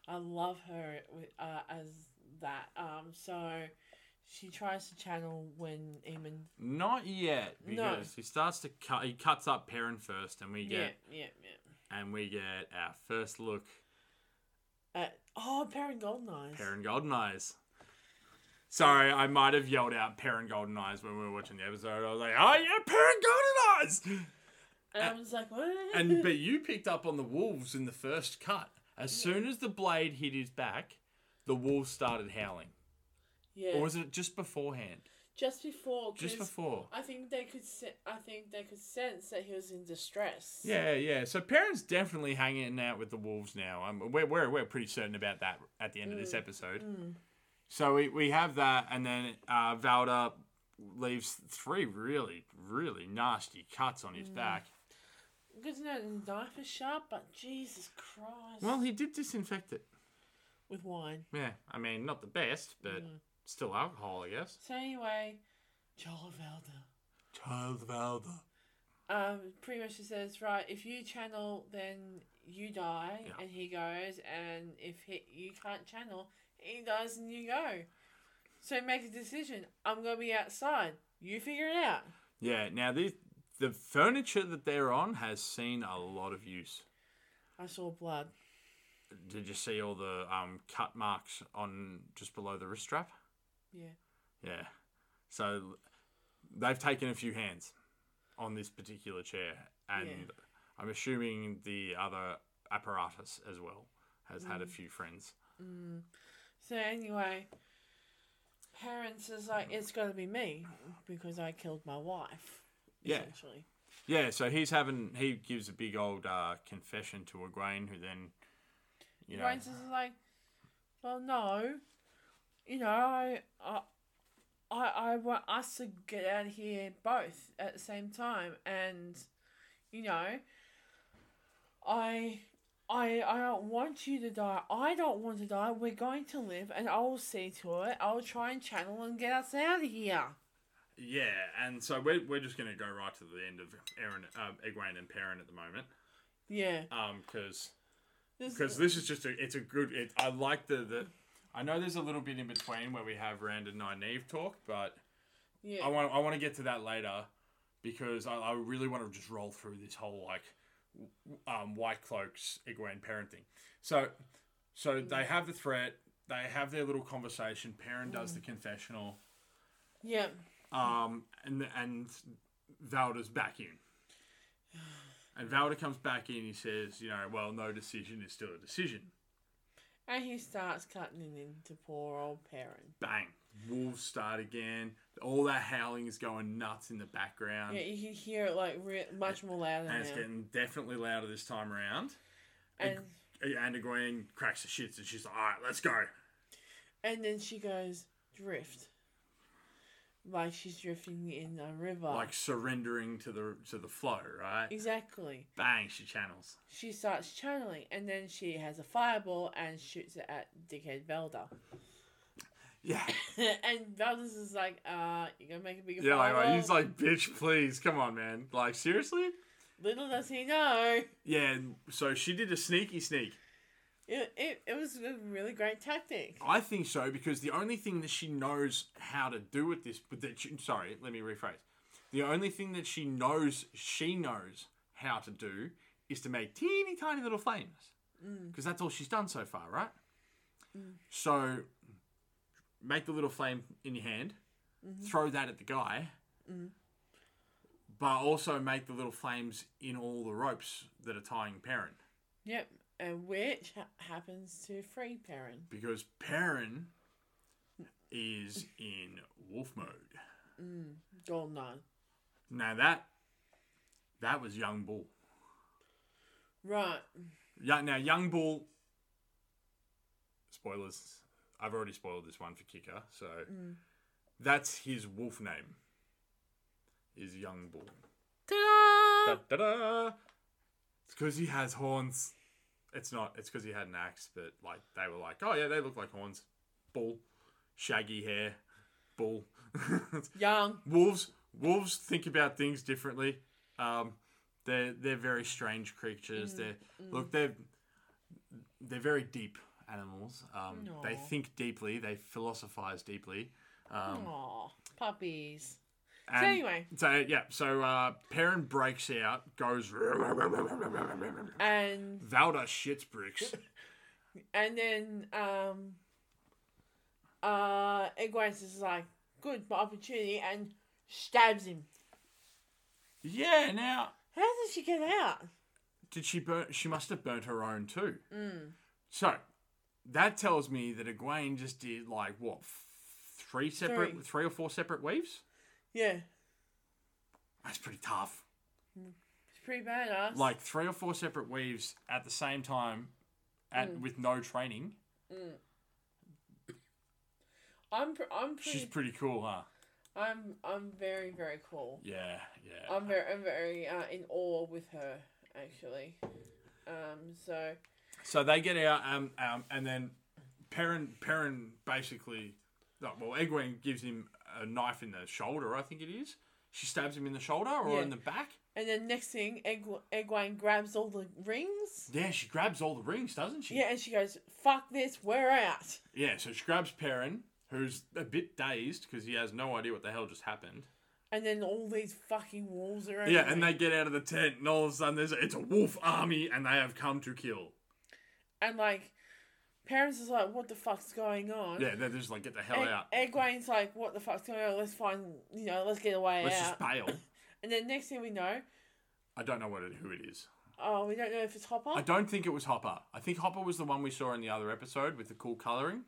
Speaker 2: I love her wi- uh, as that. Um, so she tries to channel when Eamon.
Speaker 1: Not yet,
Speaker 2: No.
Speaker 1: because he starts to cut. He cuts up Perrin first, and we
Speaker 2: Yeah,
Speaker 1: get
Speaker 2: yeah, yeah.
Speaker 1: and we get our first look.
Speaker 2: Uh, oh, Perrin Goldeneyes.
Speaker 1: Perrin Golden Eyes. Sorry, I might have yelled out Perrin Golden Eyes when we were watching the episode. I was like, "Oh yeah, Perrin Golden Eyes!"
Speaker 2: And I was like, what?
Speaker 1: And but you picked up on the wolves in the first cut. As soon as the blade hit his back, the wolves started howling.
Speaker 2: yeah.
Speaker 1: Or was it just beforehand?
Speaker 2: just before?
Speaker 1: Just
Speaker 2: 'cause
Speaker 1: before.
Speaker 2: I think they could. Se- I think they could sense that he was in distress.
Speaker 1: Yeah, yeah. So parents definitely hanging out with the wolves now. Um, we're, we're we're pretty certain about that at the end of this episode. So we, we have that, and then uh, Valda leaves three really really nasty cuts on his back.
Speaker 2: Good to know the knife is sharp, but Jesus Christ.
Speaker 1: Well, he did disinfect it.
Speaker 2: with wine.
Speaker 1: Yeah, I mean not the best, but still alcohol, I guess.
Speaker 2: So anyway, Joel Velder.
Speaker 1: Child Valda.
Speaker 2: um, pretty much just says, right, if you channel, then you die,
Speaker 1: Yeah.
Speaker 2: and he goes, and if he, you can't channel, he dies, and you go. So make a decision. I'm gonna be outside. You figure it out.
Speaker 1: Yeah, now the the furniture that they're on has seen a lot of use.
Speaker 2: I saw blood.
Speaker 1: Did you see all the um, cut marks on just below the wrist strap?
Speaker 2: Yeah.
Speaker 1: Yeah. So they've taken a few hands on this particular chair, and
Speaker 2: Yeah.
Speaker 1: I'm assuming the other apparatus as well has had a few friends.
Speaker 2: So anyway, parents is like, it's gonna be me because I killed my wife.
Speaker 1: Yeah.
Speaker 2: Essentially.
Speaker 1: Yeah, so he's having he gives a big old uh, confession to Egwene, who then you know
Speaker 2: Francis is like, well, no, you know, I, I, I, I want us to get out of here both at the same time, and, you know, I. I, I don't want you to die. I don't want to die. We're going to live, and I will see to it. I will try and channel and get us out of here.
Speaker 1: Yeah, and so we're, we're just gonna go right to the end of Aaron, um, Egwene and Perrin at the moment,
Speaker 2: Yeah,
Speaker 1: um, because
Speaker 2: this,
Speaker 1: because this is just a it's a good it, I like the the I know there's a little bit in between where we have Rand and Nynaeve talk, but
Speaker 2: yeah,
Speaker 1: I want I want to get to that later because I, I really want to just roll through this whole like w- um, White Cloaks Egwene Perrin thing. So so they have the threat, they have their little conversation. Perrin does the confessional,
Speaker 2: yeah.
Speaker 1: um, and and Valda's back in. And Valda comes back in. He says, "You know, well, no decision is still a decision."
Speaker 2: And he starts cutting into poor old Perrin.
Speaker 1: Bang! Wolves start again. All that howling is going nuts in the background,
Speaker 2: Yeah, you can hear it like re- much more louder
Speaker 1: and it's
Speaker 2: now.
Speaker 1: getting definitely louder this time around.
Speaker 2: And
Speaker 1: And Egwene cracks the shits, and she's like, "All right, let's go."
Speaker 2: and then she goes drift, like she's drifting in a river.
Speaker 1: Like surrendering to the to the flow, right?
Speaker 2: exactly.
Speaker 1: Bang! She channels.
Speaker 2: She starts channeling, and then she has a fireball and shoots it at Dickhead Velda.
Speaker 1: Yeah,
Speaker 2: and Velda's is like, "Uh, you're gonna make a bigger
Speaker 1: yeah. Like,
Speaker 2: fireball."
Speaker 1: like, he's like, "Bitch, please, come on, man!" Like, seriously.
Speaker 2: Little does he know.
Speaker 1: Yeah, and so she did a sneaky sneak.
Speaker 2: It, it, it was a really great tactic.
Speaker 1: I think so because the only thing that she knows how to do with this, but that she, sorry, let me rephrase. The only thing that she knows she knows how to do is to make teeny tiny little flames because that's all she's done so far, right? So make the little flame in your hand, throw that at the guy, but also make the little flames in all the ropes that are tying Perrin.
Speaker 2: Yep. And which ha- happens to free Perrin.
Speaker 1: because Perrin is in wolf mode.
Speaker 2: Golden Eye.
Speaker 1: Now that that was young bull.
Speaker 2: Right.
Speaker 1: Yeah, now young bull. Spoilers. I've already spoiled this one for Kicker, so that's his wolf name. Is young bull.
Speaker 2: Ta-da!
Speaker 1: Da, da, da. It's because he has horns. It's not. It's because he had an axe, but like they were like, oh yeah, they look like horns. Bull, shaggy hair, bull.
Speaker 2: Young.
Speaker 1: wolves wolves think about things differently um they're they're very strange
Speaker 2: Mm,
Speaker 1: creatures they're look they're they're very deep animals um they
Speaker 2: Aw.
Speaker 1: think deeply they philosophize deeply um
Speaker 2: Aw. Puppies.
Speaker 1: and-
Speaker 2: anyway.
Speaker 1: so yeah so uh perrin breaks out goes valda
Speaker 2: And
Speaker 1: shits bricks
Speaker 2: and then um uh Egwene is like, good opportunity and stabs him.
Speaker 1: yeah now
Speaker 2: How did she get out?
Speaker 1: did she burn? She must have burnt her own too.
Speaker 2: Mm.
Speaker 1: So that tells me that Egwene just did like what f- three separate,
Speaker 2: Three.
Speaker 1: three, or four separate weaves.
Speaker 2: Yeah.
Speaker 1: That's pretty tough.
Speaker 2: It's pretty badass.
Speaker 1: Like three or four separate weaves at the same time,
Speaker 2: Mm.
Speaker 1: at with no training.
Speaker 2: I'm pr- I'm pretty
Speaker 1: She's pretty cool, huh?
Speaker 2: I'm I'm very very cool.
Speaker 1: Yeah, yeah.
Speaker 2: I'm very I'm very uh, in awe with her actually. Um so
Speaker 1: so they get out, um, um, and then Perrin, Perrin basically, no, well, Egwene gives him a knife in the shoulder. I think it is. She stabs him in the shoulder or
Speaker 2: Yeah.
Speaker 1: in the back.
Speaker 2: and then next thing Egw- Egwene grabs all the rings.
Speaker 1: Yeah, she grabs all the rings, doesn't she?
Speaker 2: Yeah, and she goes, "Fuck this, we're out."
Speaker 1: Yeah, so she grabs Perrin, who's a bit dazed because he has no idea what the hell just happened.
Speaker 2: And then all these fucking walls are
Speaker 1: Yeah, and
Speaker 2: everywhere.
Speaker 1: they get out of the tent, and all of a sudden there's it's a wolf army, and they have come to kill.
Speaker 2: and like parents is like, "What the fuck's going on?"
Speaker 1: Yeah, they're just like get the hell out.
Speaker 2: Egg- Egwene's like, "What the fuck's going on? Let's find, you know, let's get away
Speaker 1: Let's
Speaker 2: out."
Speaker 1: just bail.
Speaker 2: and then next thing we know,
Speaker 1: I don't know what it, who it is.
Speaker 2: oh, we don't know if it's Hopper.
Speaker 1: I don't think it was Hopper. I think Hopper was the one we saw in the other episode with the cool coloring.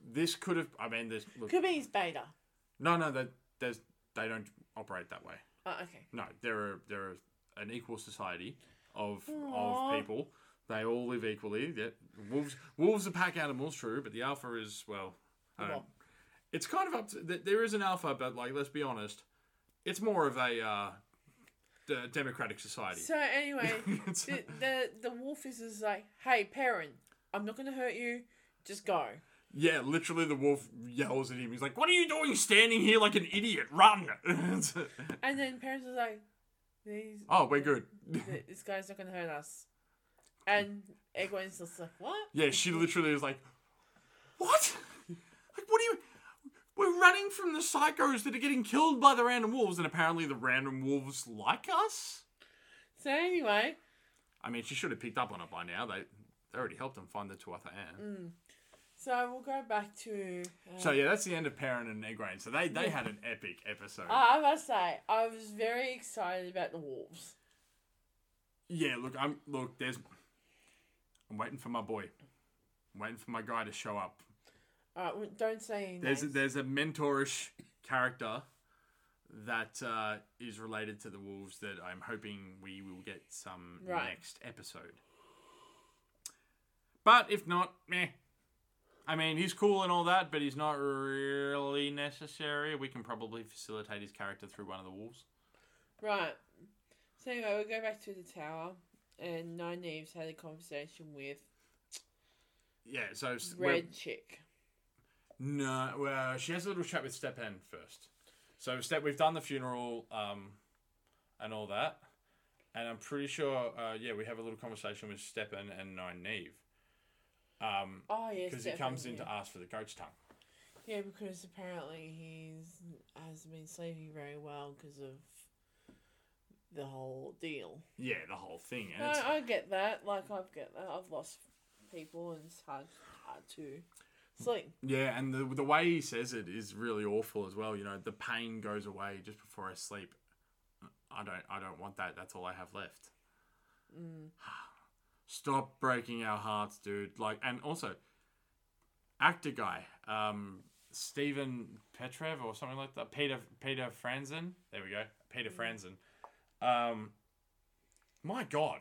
Speaker 1: This could have. I mean, there's look,
Speaker 2: Mm. Could be his beta.
Speaker 1: no, no. That there's they don't operate that way.
Speaker 2: Oh, okay.
Speaker 1: No, they're a, they're a, an equal society of
Speaker 2: Aw.
Speaker 1: of people. They all live equally. Yeah, wolves wolves are pack animals, true, but the alpha is well. I don't,
Speaker 2: Well.
Speaker 1: it's kind of up to th- there is an alpha, but like let's be honest, it's more of a uh, d- democratic society.
Speaker 2: So anyway,
Speaker 1: It's-
Speaker 2: the, the the wolf is is like, "Hey, Perrin, I'm not gonna hurt you. Just go."
Speaker 1: yeah, literally, the wolf yells at him. He's like, "What are you doing, standing here like an idiot? Run!" It's-
Speaker 2: And then parents is like, "These
Speaker 1: oh, we're good.
Speaker 2: th- this guy's not gonna hurt us." And Egwene's just like, "What?"
Speaker 1: Yeah, she literally is like, "What? Like, what are you? We're running from the psychos that are getting killed by the random wolves, and apparently the random wolves like us."
Speaker 2: So anyway,
Speaker 1: I mean, she should have picked up on it by now. They they already helped them find the Tuatha Ann.
Speaker 2: so we'll go back to. uh,
Speaker 1: So yeah, that's the end of Perrin and Egwene. So they they had an epic episode.
Speaker 2: I I must say, I was very excited about the wolves.
Speaker 1: yeah, look, I'm look. There's. I'm waiting for my boy. I'm waiting for my guy to show up.
Speaker 2: All right, well, don't say any
Speaker 1: There's a,
Speaker 2: names.
Speaker 1: there's a mentorish character that uh, is related to the wolves that I'm hoping we will get some
Speaker 2: Right.
Speaker 1: next episode. But if not, meh. I mean, he's cool and all that, but he's not really necessary. We can probably facilitate his character through one of the wolves.
Speaker 2: Right. So anyway, we'll go back to the tower, and Nynaeve's had a conversation with
Speaker 1: Yeah, so s- we're-
Speaker 2: Red Chick.
Speaker 1: No, well, she has a little chat with Stepan first. So Step, we've done the funeral um, and all that,
Speaker 3: and I'm pretty sure, uh, yeah, we have a little conversation with Stepan and Nynaeve. Um,
Speaker 2: Oh yes,
Speaker 3: because he comes in
Speaker 2: definitely.
Speaker 3: to ask for the goat's tongue.
Speaker 2: Yeah, because apparently he's has been sleeping very well because of the whole deal.
Speaker 1: Yeah, the whole thing. And
Speaker 2: No,
Speaker 1: it's,
Speaker 2: I get that. Like I've get that. I've lost people, and it's hard, hard to sleep.
Speaker 1: yeah, and the, the way he says it is really awful as well. You know, the pain goes away just before I sleep. I don't I don't want that. That's all I have left.
Speaker 2: Mm.
Speaker 1: Stop breaking our hearts, dude. Like, and also, actor guy, um, Stephen Petrev or something like that. Peter Peter Franzen. There we go. Peter Franzen. Um, my God,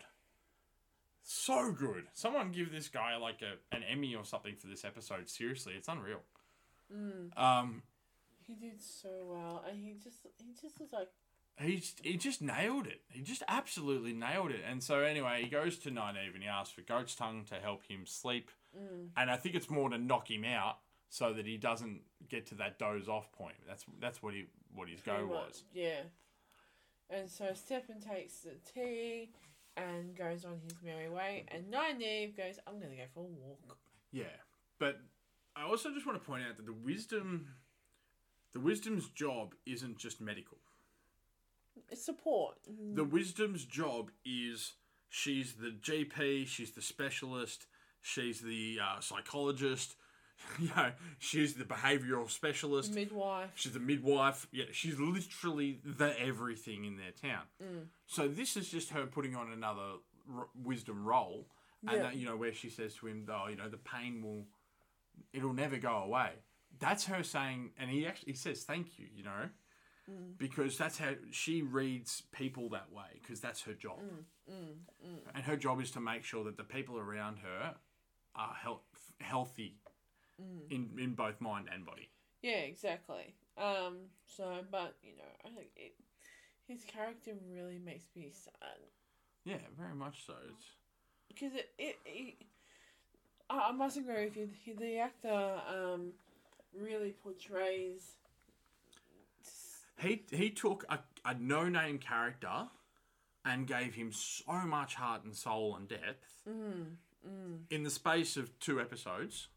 Speaker 1: so good. Someone give this guy like a an Emmy or something for this episode. Seriously, it's unreal.
Speaker 2: Mm.
Speaker 1: Um,
Speaker 2: He did so well, and he just he just was like,
Speaker 1: he just- he just nailed it. He just absolutely nailed it. And so anyway, he goes to Nynaeve and he asks for Goat's Tongue to help him sleep.
Speaker 2: mm,
Speaker 1: and I think it's more to knock him out so that he doesn't get to that doze off point. That's that's what he what his
Speaker 2: pretty
Speaker 1: go
Speaker 2: much,
Speaker 1: was.
Speaker 2: yeah. And so Stefan takes the tea and goes on his merry way, and Nynaeve goes, "I'm gonna go for a walk."
Speaker 1: Yeah, but I also just want to point out that the wisdom, the wisdom's job isn't just medical.
Speaker 2: It's support.
Speaker 1: The wisdom's job is she's the GP, she's the specialist, she's the uh, psychologist. You know, she's the behavioural specialist.
Speaker 2: midwife.
Speaker 1: She's a midwife. Yeah, she's literally the everything in their town. So this is just her putting on another r- wisdom role, and
Speaker 2: Yeah.
Speaker 1: that, you know where she says to him, "Oh, you know, the pain will, it'll never go away." That's her saying, and he actually he says, "Thank you," you know, because that's how she reads people that way, because that's her job,
Speaker 2: mm,
Speaker 1: and her job is to make sure that the people around her are health healthy. In, in both mind and body.
Speaker 2: Yeah, exactly. Um, so, but you know, I think it, his character really makes me sad
Speaker 1: Yeah, very much so. It's,
Speaker 2: because it, it, it I, I must agree with you. The, the actor um really portrays.
Speaker 1: He he took a, a no name character and gave him so much heart and soul and depth
Speaker 2: Mm, mm,
Speaker 1: in the space of two episodes.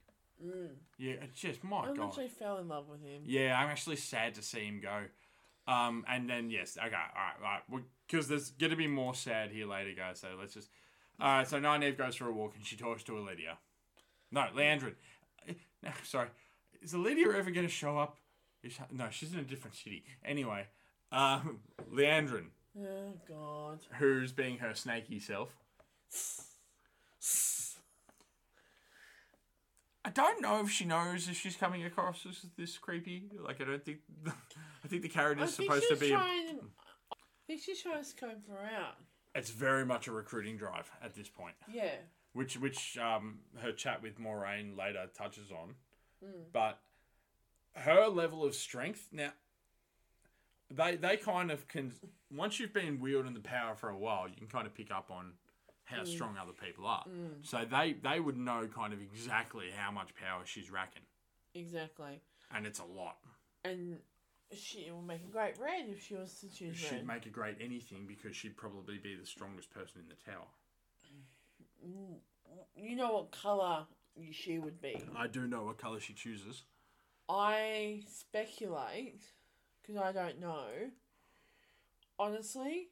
Speaker 2: mm.
Speaker 1: Yeah, it's just my
Speaker 2: I
Speaker 1: Oh, god.
Speaker 2: Oh, actually fell in love with him.
Speaker 1: Yeah, I'm actually sad to see him go. Um, and then yes, okay, all right, all right, because there's gonna be more sad here later, guys. So let's just. All right, so Nynaeve goes for a walk and she talks to Lydia. No, Leandrin. Eh, No, sorry. Is Lydia ever gonna show up? Is- No, she's in a different city. Anyway, um, Leandrin.
Speaker 2: Oh God.
Speaker 1: who's being her snaky self. I don't know if she knows if she's coming across as this creepy. Like, I don't think. I think the
Speaker 2: I
Speaker 1: character's
Speaker 2: think
Speaker 1: supposed to
Speaker 2: she's
Speaker 1: be. A,
Speaker 2: trying. to- I think she's trying to scope her out.
Speaker 1: it's very much a recruiting drive at this point,
Speaker 2: Yeah.
Speaker 1: which which um her chat with Moraine later touches on, but her level of strength now. They they kind of can once you've been wielding the power for a while, you can kind of pick up on how strong other people are. So they they would know kind of exactly how much power she's racking,
Speaker 2: Exactly.
Speaker 1: and it's a lot.
Speaker 2: And she will make a great red if she was to choose red.
Speaker 1: She'd make a great anything because she'd probably be the strongest person in the tower.
Speaker 2: Mm, you know what color she would be.
Speaker 1: I do know what color she chooses.
Speaker 2: I speculate because I don't know. Honestly,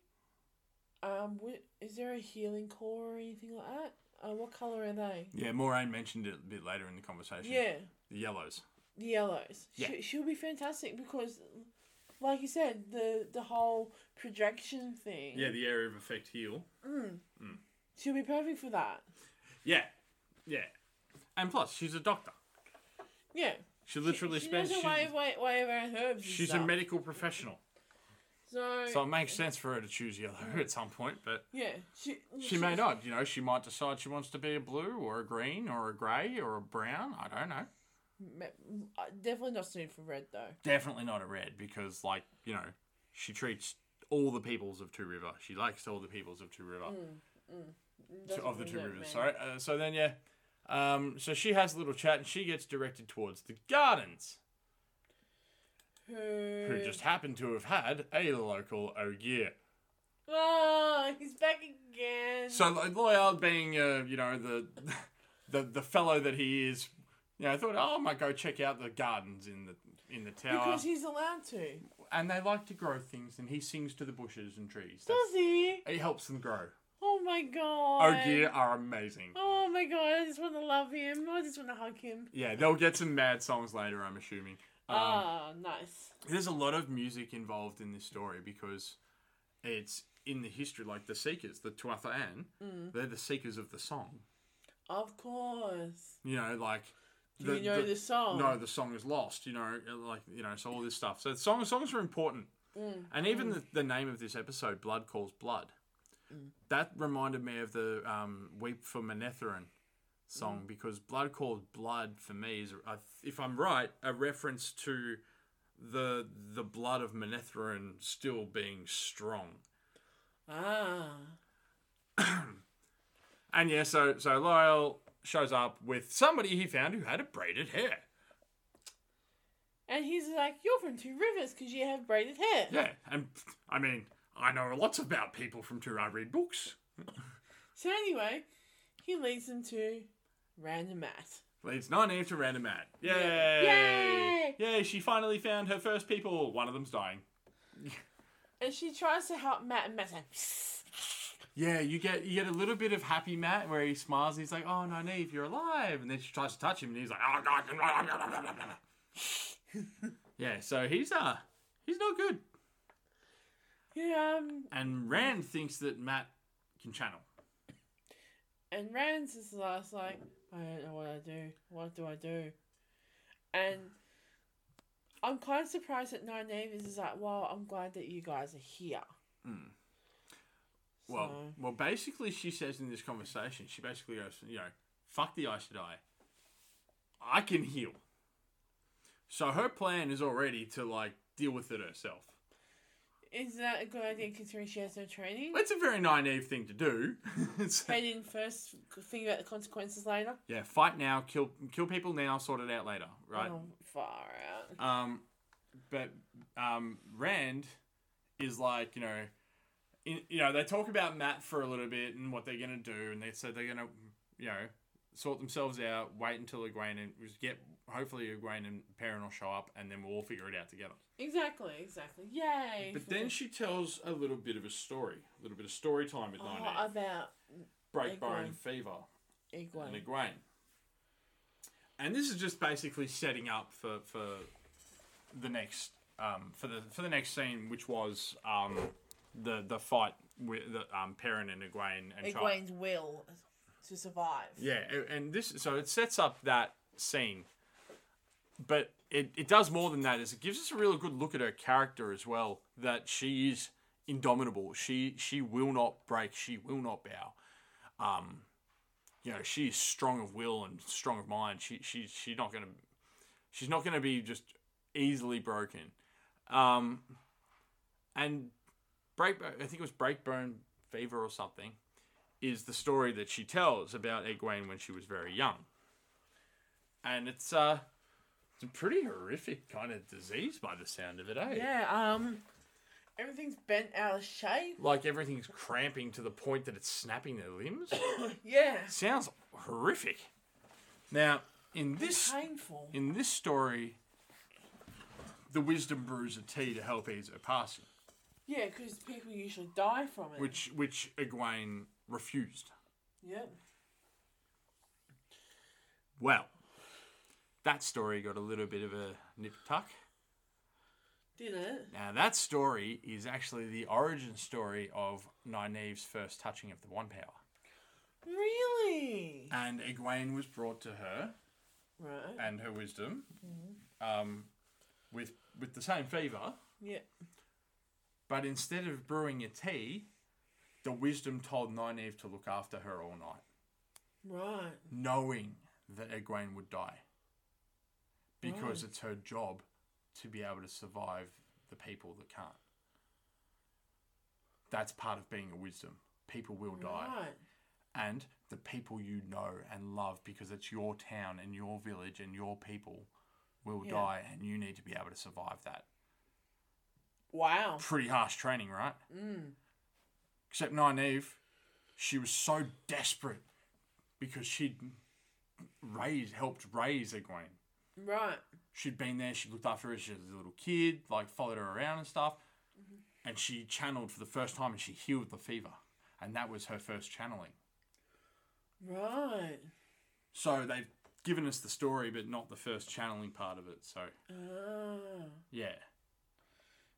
Speaker 2: um, wh- is there a healing core or anything like that? Uh, what color are they?
Speaker 1: Yeah, Moraine mentioned it a bit later in the conversation.
Speaker 2: Yeah,
Speaker 1: the yellows.
Speaker 2: the yellows.
Speaker 1: Yeah.
Speaker 2: She, she'll be fantastic because, like you said, the the whole projection thing.
Speaker 1: Yeah, the area of effect heal.
Speaker 2: she'll be perfect for that.
Speaker 1: Yeah, yeah, and plus she's a doctor.
Speaker 2: Yeah,
Speaker 1: She literally
Speaker 2: she
Speaker 1: spends.
Speaker 2: knows
Speaker 1: She's,
Speaker 2: her way, way, way around herbs. and
Speaker 1: she's a
Speaker 2: stuff.
Speaker 1: medical professional,
Speaker 2: So,
Speaker 1: so it makes sense for her to choose yellow at some point. But
Speaker 2: yeah, she
Speaker 1: she may not. You know, she might decide she wants to be a blue or a green or a grey or a brown. I don't know.
Speaker 2: me- uh, definitely not suited for red though.
Speaker 1: Definitely not a red because, like, you know, she treats all the peoples of Two River. She likes all the peoples of Two River.
Speaker 2: Doesn't
Speaker 1: of the
Speaker 2: really
Speaker 1: two
Speaker 2: work,
Speaker 1: rivers.
Speaker 2: man.
Speaker 1: Sorry. Uh, so then, yeah. Um, so she has a little chat, and she gets directed towards the gardens,
Speaker 2: Who,
Speaker 1: who just happen to have had a local ogier.
Speaker 2: Oh, he's back again.
Speaker 1: So like, Loyal being, uh, you know, the, the the fellow that he is, you know, thought, oh, I might go check out the gardens in the in the tower,
Speaker 2: because he's allowed to.
Speaker 1: and they like to grow things, and he sings to the bushes and trees.
Speaker 2: Does he?
Speaker 1: That's, it helps them grow.
Speaker 2: Oh my god.
Speaker 1: Ogier are amazing.
Speaker 2: Oh my god, I just want to love him. I just want to hug him.
Speaker 1: Yeah, they'll get some mad songs later, I'm assuming. Um,
Speaker 2: Ah, nice.
Speaker 1: There's a lot of music involved in this story because it's in the history, like the Seekers, the Tuatha
Speaker 2: Mm.
Speaker 1: they're the Seekers of the song.
Speaker 2: Of course.
Speaker 1: You know, like.
Speaker 2: Do you know the, song?
Speaker 1: No, the song is lost. You know, like you know, so all this stuff. So the song, songs are important,
Speaker 2: Mm. Mm.
Speaker 1: and even the, the name of this episode, "Blood Calls Blood," that reminded me of the um, "Weep for Manetherin" song
Speaker 2: Mm.
Speaker 1: because "Blood Calls Blood" for me is, a- if I'm right, a reference to the the blood of Manetherin still being strong.
Speaker 2: Ah.
Speaker 1: And yeah, so so Lyle shows up with somebody he found who had a braided hair.
Speaker 2: And he's like, You're from Two Rivers because you have braided hair.
Speaker 1: Yeah, and I mean, I know lots about people from Two. I read books.
Speaker 2: So, anyway, he leads them to Random At.
Speaker 1: Leads nine names to random ad. Yay!
Speaker 2: Yay!
Speaker 1: Yay! She finally found her first people. One of them's dying.
Speaker 2: And she tries to help Matt, and Matt's like,
Speaker 1: Yeah, you get you get a little bit of happy Matt where he smiles. And he's like, "Oh, Nynaeve, you're alive!" And then she tries to touch him, and he's like, "Oh God!" yeah, so he's uh he's not good.
Speaker 2: Yeah, um,
Speaker 1: And Rand thinks that Matt can channel.
Speaker 2: and Rand's is last like, I don't know what I do. What do I do? And I'm kind of surprised that Nine Neighbors is like, well, I'm glad that you guys are here.
Speaker 1: Hmm. Well,
Speaker 2: So-
Speaker 1: well, basically, she says in this conversation, she basically goes, you know, fuck the Aes Sedai. I can heal. So her plan is already to like deal with it herself.
Speaker 2: Is that a good idea considering she has no training?
Speaker 1: It's a very naive thing to do. It's-
Speaker 2: Head in first, think about the consequences later.
Speaker 1: yeah, fight now, kill kill people now, sort it out later, right?
Speaker 2: Oh, far out.
Speaker 1: Um, but um, Rand is like, you know, in, you know, they talk about Matt for a little bit and what they're gonna do, and they said they're gonna, you know, sort themselves out, wait until Egwene and get hopefully Egwene and Perrin will show up, and then we'll all figure it out together.
Speaker 2: Exactly, exactly. Yay.
Speaker 1: But
Speaker 2: for
Speaker 1: then
Speaker 2: the-
Speaker 1: she tells a little bit of a story, a little bit of story time with
Speaker 2: Oh,
Speaker 1: Nynaeve,
Speaker 2: about
Speaker 1: Breakbone
Speaker 2: Egwene.
Speaker 1: Fever, and
Speaker 2: Egwene.
Speaker 1: Egwene. And this is just basically setting up for for the next um, for the for the next scene, which was um, the the fight with the um, Perrin and Egwene and Char-
Speaker 2: Egwene's will to survive.
Speaker 1: Yeah, a- and this so it sets up that scene, but it it does more than that. Is it gives us a real good look at her character as well. That she is indomitable. She she will not break. She will not bow. Um, you know, she is strong of will and strong of mind. She she she's not gonna she's not gonna be just easily broken. Um, and break I think it was Breakbone Fever or something is the story that she tells about Egwene when she was very young. And it's uh it's a pretty horrific kind of disease by the sound of it, eh?
Speaker 2: Yeah, um, everything's bent out of shape.
Speaker 1: Like everything's cramping to the point that it's snapping their limbs.
Speaker 2: Yeah.
Speaker 1: Sounds horrific. Now, in this
Speaker 2: Painful.
Speaker 1: in this story, the wisdom brews a tea to help ease her passing,
Speaker 2: Yeah, because people usually die from it.
Speaker 1: which which Egwene refused.
Speaker 2: Yep.
Speaker 1: Well, that story got a little bit of a nip tuck.
Speaker 2: Did it?
Speaker 1: Now that story is actually the origin story of Nynaeve's first touching of the One Power.
Speaker 2: Really?
Speaker 1: And Egwene was brought to her
Speaker 2: Right.
Speaker 1: and her wisdom, um, with with the same fever,
Speaker 2: Yeah.
Speaker 1: but instead of brewing a tea, the wisdom told Nynaeve to look after her all night,
Speaker 2: Right.
Speaker 1: knowing that Egwene would die.
Speaker 2: Mm.
Speaker 1: Because it's her job to be able to survive the people that can't. That's part of being a wisdom. People will die.
Speaker 2: Right.
Speaker 1: and the people you know and love because it's your town and your village and your people will
Speaker 2: Yeah.
Speaker 1: die and you need to be able to survive that.
Speaker 2: Wow.
Speaker 1: Pretty harsh training, right?
Speaker 2: Mm.
Speaker 1: Except Nynaeve, she was so desperate because she'd raised, helped raise Egwene.
Speaker 2: Right.
Speaker 1: She'd been there, she looked after her as she was a little kid, like followed her around and stuff. And she channeled for the first time and she healed the fever. And that was her first channeling.
Speaker 2: Right.
Speaker 1: So they've given us the story, but not the first channeling part of it. So,
Speaker 2: Ah.
Speaker 1: yeah.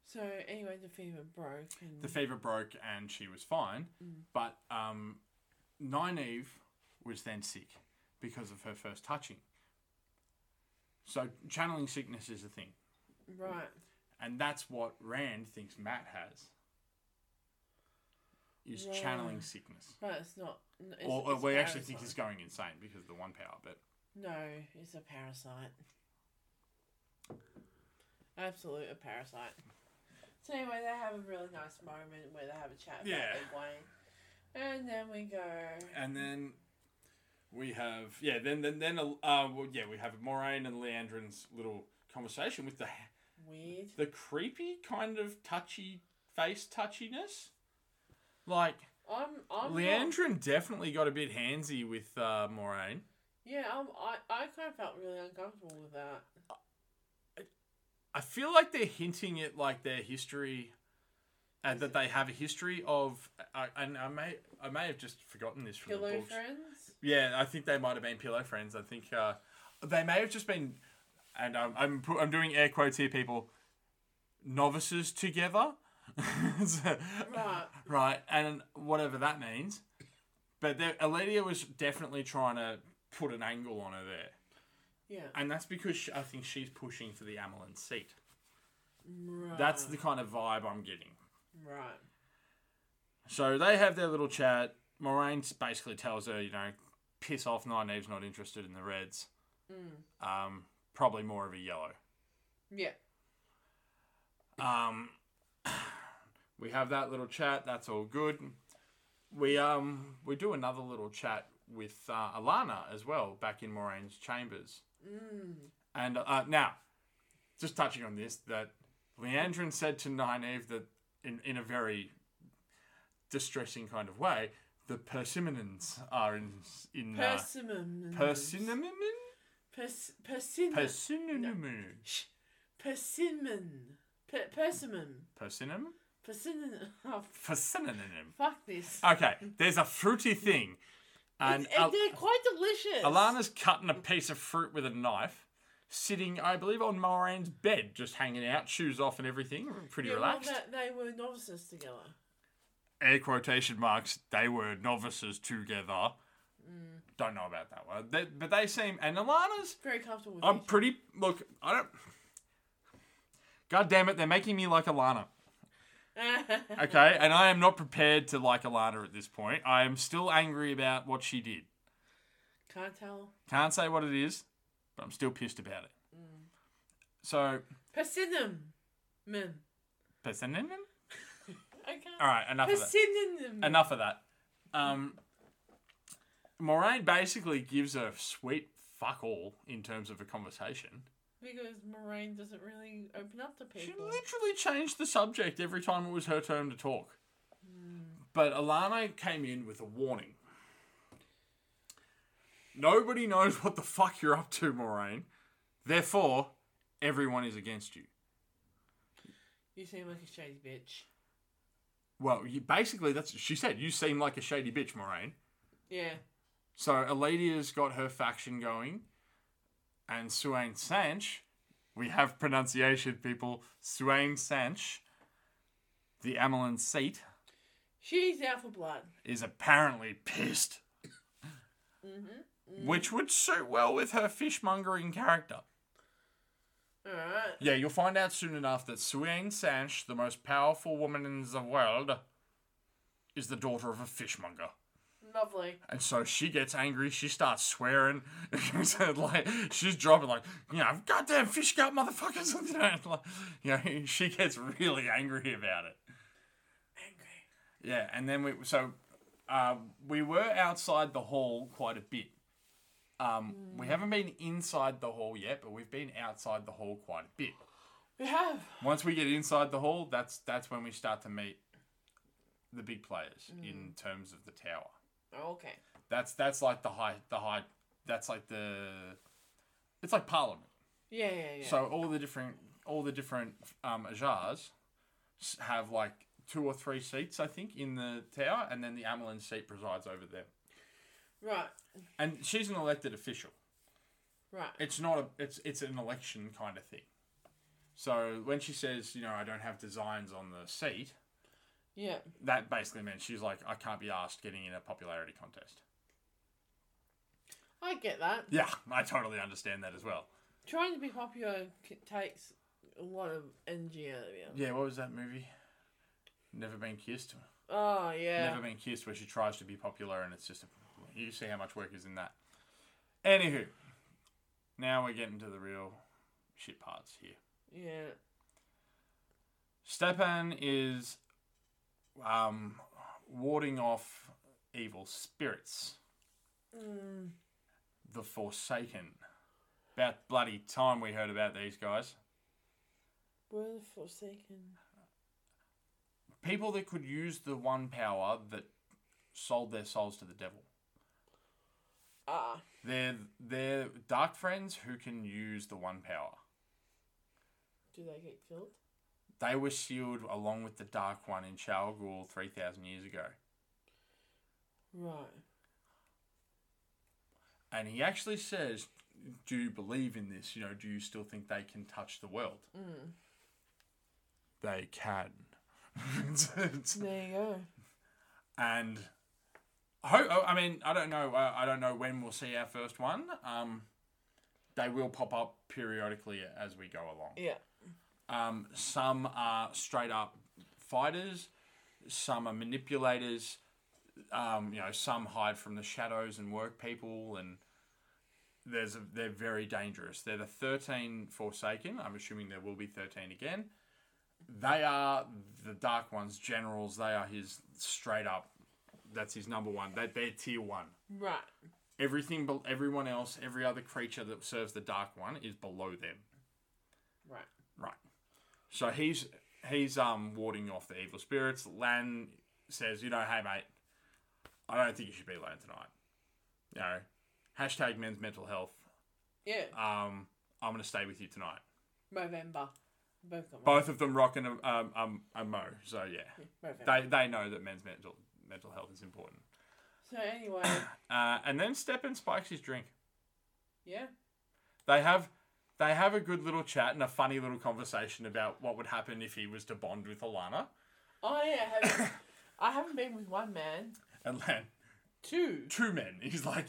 Speaker 2: So anyway, the fever broke. And
Speaker 1: the fever broke and she was fine. But um, Nynaeve was then sick because of her first touching. So channeling sickness is a thing.
Speaker 2: right.
Speaker 1: And that's what Rand thinks Matt has. Is
Speaker 2: Right.
Speaker 1: channeling sickness.
Speaker 2: But it's not. n- It's,
Speaker 1: or or
Speaker 2: it's
Speaker 1: we
Speaker 2: a
Speaker 1: actually think
Speaker 2: parasite.
Speaker 1: he's going insane because of the one power, but
Speaker 2: No, it's a parasite. Absolute a parasite. So anyway, they have a really nice moment where they have a chat about
Speaker 1: Yeah.
Speaker 2: Egwene, and then we go.
Speaker 1: and then we have yeah, then then then uh, well, yeah, we have Moraine and Leandrin's little conversation with the
Speaker 2: Weird.
Speaker 1: the creepy kind of touchy face touchiness. Like
Speaker 2: I'm. I'm. Not,
Speaker 1: Leandrin definitely got a bit handsy with uh, Moraine.
Speaker 2: yeah, I'm, I. I kind of felt really uncomfortable with that.
Speaker 1: I feel like they're hinting at like their history, and that they have a history of. I and I may I may have just forgotten this from the
Speaker 2: Pillow
Speaker 1: books.
Speaker 2: friends.
Speaker 1: Yeah, I think they might have been pillow friends. I think uh, they may have just been, and I'm I'm, pu- I'm doing air quotes here, people, novices together, So-
Speaker 2: Right.
Speaker 1: right, and whatever that means. But there, Aledia was definitely trying to put an angle on her there,
Speaker 2: Yeah.
Speaker 1: and that's because she, I think she's pushing for the Amelin seat.
Speaker 2: Right.
Speaker 1: That's the kind of vibe I'm getting.
Speaker 2: right.
Speaker 1: So they have their little chat. Moraine basically tells her, you know, piss off. Nynaeve's not interested in the Reds. Um, probably more of a yellow.
Speaker 2: Mm. Yeah.
Speaker 1: Um, we have that little chat. That's all good. We um we do another little chat with uh, Alana as well back in Moraine's chambers.
Speaker 2: Mm.
Speaker 1: And uh, now, just touching on this, that Leandrin said to Nynaeve that in in a very distressing kind of way, the persimmonins are in in uh,
Speaker 2: Persimmon.
Speaker 1: persimmon
Speaker 2: Pers- persimmon.
Speaker 1: persimmon
Speaker 2: Shh. Persimmon. Per- persimmon.
Speaker 1: persimmon
Speaker 2: Persimmon. Oh, f-
Speaker 1: persimmon.
Speaker 2: fuck this.
Speaker 1: Okay, there's a fruity thing, Uh, and
Speaker 2: and, and
Speaker 1: Al-
Speaker 2: they're quite delicious.
Speaker 1: Alana's cutting a piece of fruit with a knife, sitting, I believe, on Moraine's bed, just hanging out, shoes off, and everything, pretty
Speaker 2: Yeah, well,
Speaker 1: relaxed.
Speaker 2: that- they were novices together.
Speaker 1: Air quotation marks. They were novices together. Don't know about that one, they, but they seem and Alana's.
Speaker 2: Very comfortable with
Speaker 1: I'm
Speaker 2: each-
Speaker 1: pretty. Look, I don't. God damn it, they're making me like Alana. Okay, and I am not prepared to like Alana at this point. I am still angry about what she did.
Speaker 2: Can't tell.
Speaker 1: Can't say what it is, but I'm still pissed about it. So,
Speaker 2: Persimmon. Min.
Speaker 1: persimmon.
Speaker 2: I can't.
Speaker 1: All right, enough of that.
Speaker 2: Persimmon.
Speaker 1: Enough of that. Um, Moraine basically gives a sweet fuck all in terms of a conversation.
Speaker 2: Because Moraine doesn't really open up to
Speaker 1: She
Speaker 2: people.
Speaker 1: literally changed the subject every time it was her turn to talk. But Alana came in with a warning. Nobody knows what the fuck you're up to, Moraine. Therefore, everyone is against you.
Speaker 2: You seem like a shady bitch.
Speaker 1: Well, you, basically, that's she said. You seem like a shady bitch, Moraine.
Speaker 2: Yeah.
Speaker 1: So Aladia's got her faction going, and Suain Sanch, we have pronunciation people. Suain Sanch, the Amelin seat,
Speaker 2: She's out for blood.
Speaker 1: is apparently pissed, which would suit well with her fishmongering character.
Speaker 2: Alright.
Speaker 1: Yeah, you'll find out soon enough that Suain Sanch, the most powerful woman in the world, is the daughter of a fishmonger.
Speaker 2: Lovely.
Speaker 1: And so she gets angry. She starts swearing. So, like she's dropping like you know goddamn fish gut motherfuckers. You know, and, like, you know, she gets really angry about it.
Speaker 2: Angry.
Speaker 1: Yeah, and then we so uh, we were outside the hall quite a bit. Um, We haven't been inside the hall yet, but we've been outside the hall quite a bit.
Speaker 2: We have.
Speaker 1: Once we get inside the hall, that's that's when we start to meet the big players in terms of the tower.
Speaker 2: Oh, okay.
Speaker 1: That's that's like the high the high that's like the it's like parliament.
Speaker 2: Yeah, yeah, yeah.
Speaker 1: So all the different all the different um ajars s- have like two or three seats I think in the tower and then the Amelin seat presides over them.
Speaker 2: right,
Speaker 1: And she's an elected official.
Speaker 2: right.
Speaker 1: It's not a it's it's an election kind of thing. So when she says, you know, I don't have designs on the seat,
Speaker 2: Yeah.
Speaker 1: that basically meant she's like, I can't be asked getting in a popularity contest.
Speaker 2: I get that.
Speaker 1: Yeah, I totally understand that as well.
Speaker 2: Trying to be popular c- takes a lot of energy out of you.
Speaker 1: Yeah, what was that movie? Never Been Kissed.
Speaker 2: Oh, yeah.
Speaker 1: Never Been Kissed, where she tries to be popular and it's just a. You see how much work is in that. Anywho, now we're getting to the real shit parts here.
Speaker 2: Yeah.
Speaker 1: Stepan is um, warding off evil spirits.
Speaker 2: Mm.
Speaker 1: The Forsaken. About bloody time we heard about these guys.
Speaker 2: We're the Forsaken.
Speaker 1: people that could use the one power that sold their souls to the devil.
Speaker 2: Ah,
Speaker 1: They're they're dark friends who can use the one power.
Speaker 2: do they get killed?
Speaker 1: They were sealed along with the dark one in Shao Ghul three thousand years ago,
Speaker 2: Right.
Speaker 1: and he actually says, "Do you believe in this? You know, do you still think they can touch the world?
Speaker 2: Mm.
Speaker 1: They can."
Speaker 2: There you go.
Speaker 1: and ho- oh, I mean, I don't know. uh, I don't know when we'll see our first one. Um, they will pop up periodically as we go along.
Speaker 2: Yeah.
Speaker 1: Um, some are straight up fighters. Some are manipulators. Um, you know, some hide from the shadows and work people, and there's a, they're very dangerous. They're the thirteen Forsaken. I'm assuming there will be thirteen again. They are the Dark One's generals. They are his straight up. That's his number one. That they're tier one.
Speaker 2: Right.
Speaker 1: Everything, bel- everyone else, every other creature that serves the Dark One is below them.
Speaker 2: Right.
Speaker 1: Right. So he's he's um warding off the evil spirits. Lan says, you know, hey mate, I don't think you should be alone tonight. You know, hashtag men's mental health.
Speaker 2: Yeah.
Speaker 1: Um, I'm gonna stay with you tonight.
Speaker 2: November. Both of them.
Speaker 1: Both of them rocking a um um a mo. So yeah,
Speaker 2: November.
Speaker 1: they they know that men's mental mental health is important.
Speaker 2: So anyway,
Speaker 1: Uh, and then Stepan spikes his drink.
Speaker 2: yeah.
Speaker 1: They have. They have a good little chat and a funny little conversation about what would happen if he was to bond with Alana.
Speaker 2: I haven't. I haven't been with one man.
Speaker 1: And Lan,
Speaker 2: Two.
Speaker 1: two men. He's like,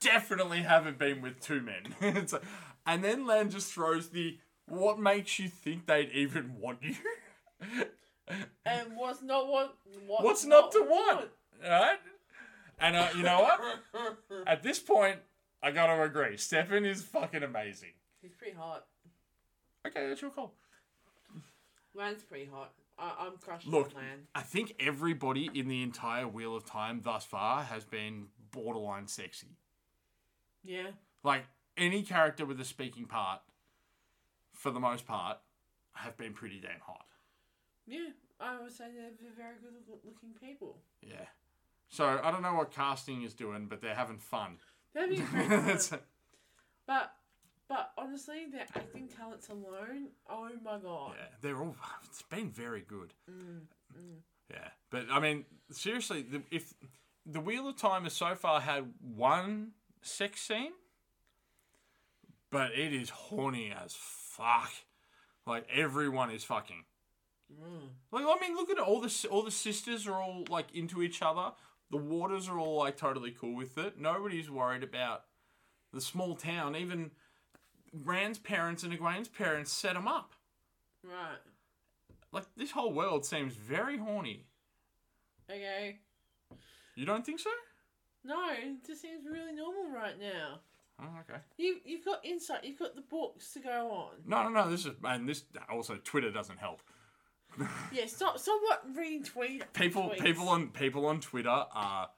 Speaker 1: definitely haven't been with two men. It's like- and then Lan just throws the, what makes you think they'd even want you?
Speaker 2: And what's not what? what
Speaker 1: What's not to want? Right? And uh, you know what?
Speaker 2: want?
Speaker 1: At this point, I gotta agree. Stefan is fucking amazing.
Speaker 2: He's pretty hot.
Speaker 1: Okay, that's your call.
Speaker 2: Lan's pretty hot. I, I'm crushed
Speaker 1: Look,
Speaker 2: on Lan.
Speaker 1: I think everybody in the entire Wheel of Time thus far has been borderline sexy.
Speaker 2: Yeah.
Speaker 1: Like, any character with a speaking part, for the most part, have been pretty damn hot.
Speaker 2: Yeah. I would say they're v- very good loo- looking people.
Speaker 1: Yeah. So I don't know what casting is doing, but they're having fun.
Speaker 2: That'd be great.
Speaker 1: It's-
Speaker 2: but but honestly, their acting talents alone. Oh my god.
Speaker 1: yeah, they're all. It's been very good. Yeah, but I mean, seriously, the, if the Wheel of Time has so far had one sex scene, but it is horny as fuck. Like everyone is fucking.
Speaker 2: Mm.
Speaker 1: Like I mean, look at it. all the s- all the sisters are all like into each other. The waters are all like totally cool with it. Nobody's worried about the small town. Even Rand's parents and Egwene's parents set them up.
Speaker 2: Right.
Speaker 1: Like this whole world seems very horny.
Speaker 2: Okay.
Speaker 1: You don't think so?
Speaker 2: No, it just seems really normal right now.
Speaker 1: Oh, okay.
Speaker 2: You you've got insight. You've got the books to go on.
Speaker 1: No, no, no. This is and this also Twitter doesn't help.
Speaker 2: Yeah. Stop. Somewhat retweet.
Speaker 1: People,
Speaker 2: tweets.
Speaker 1: people on people on Twitter are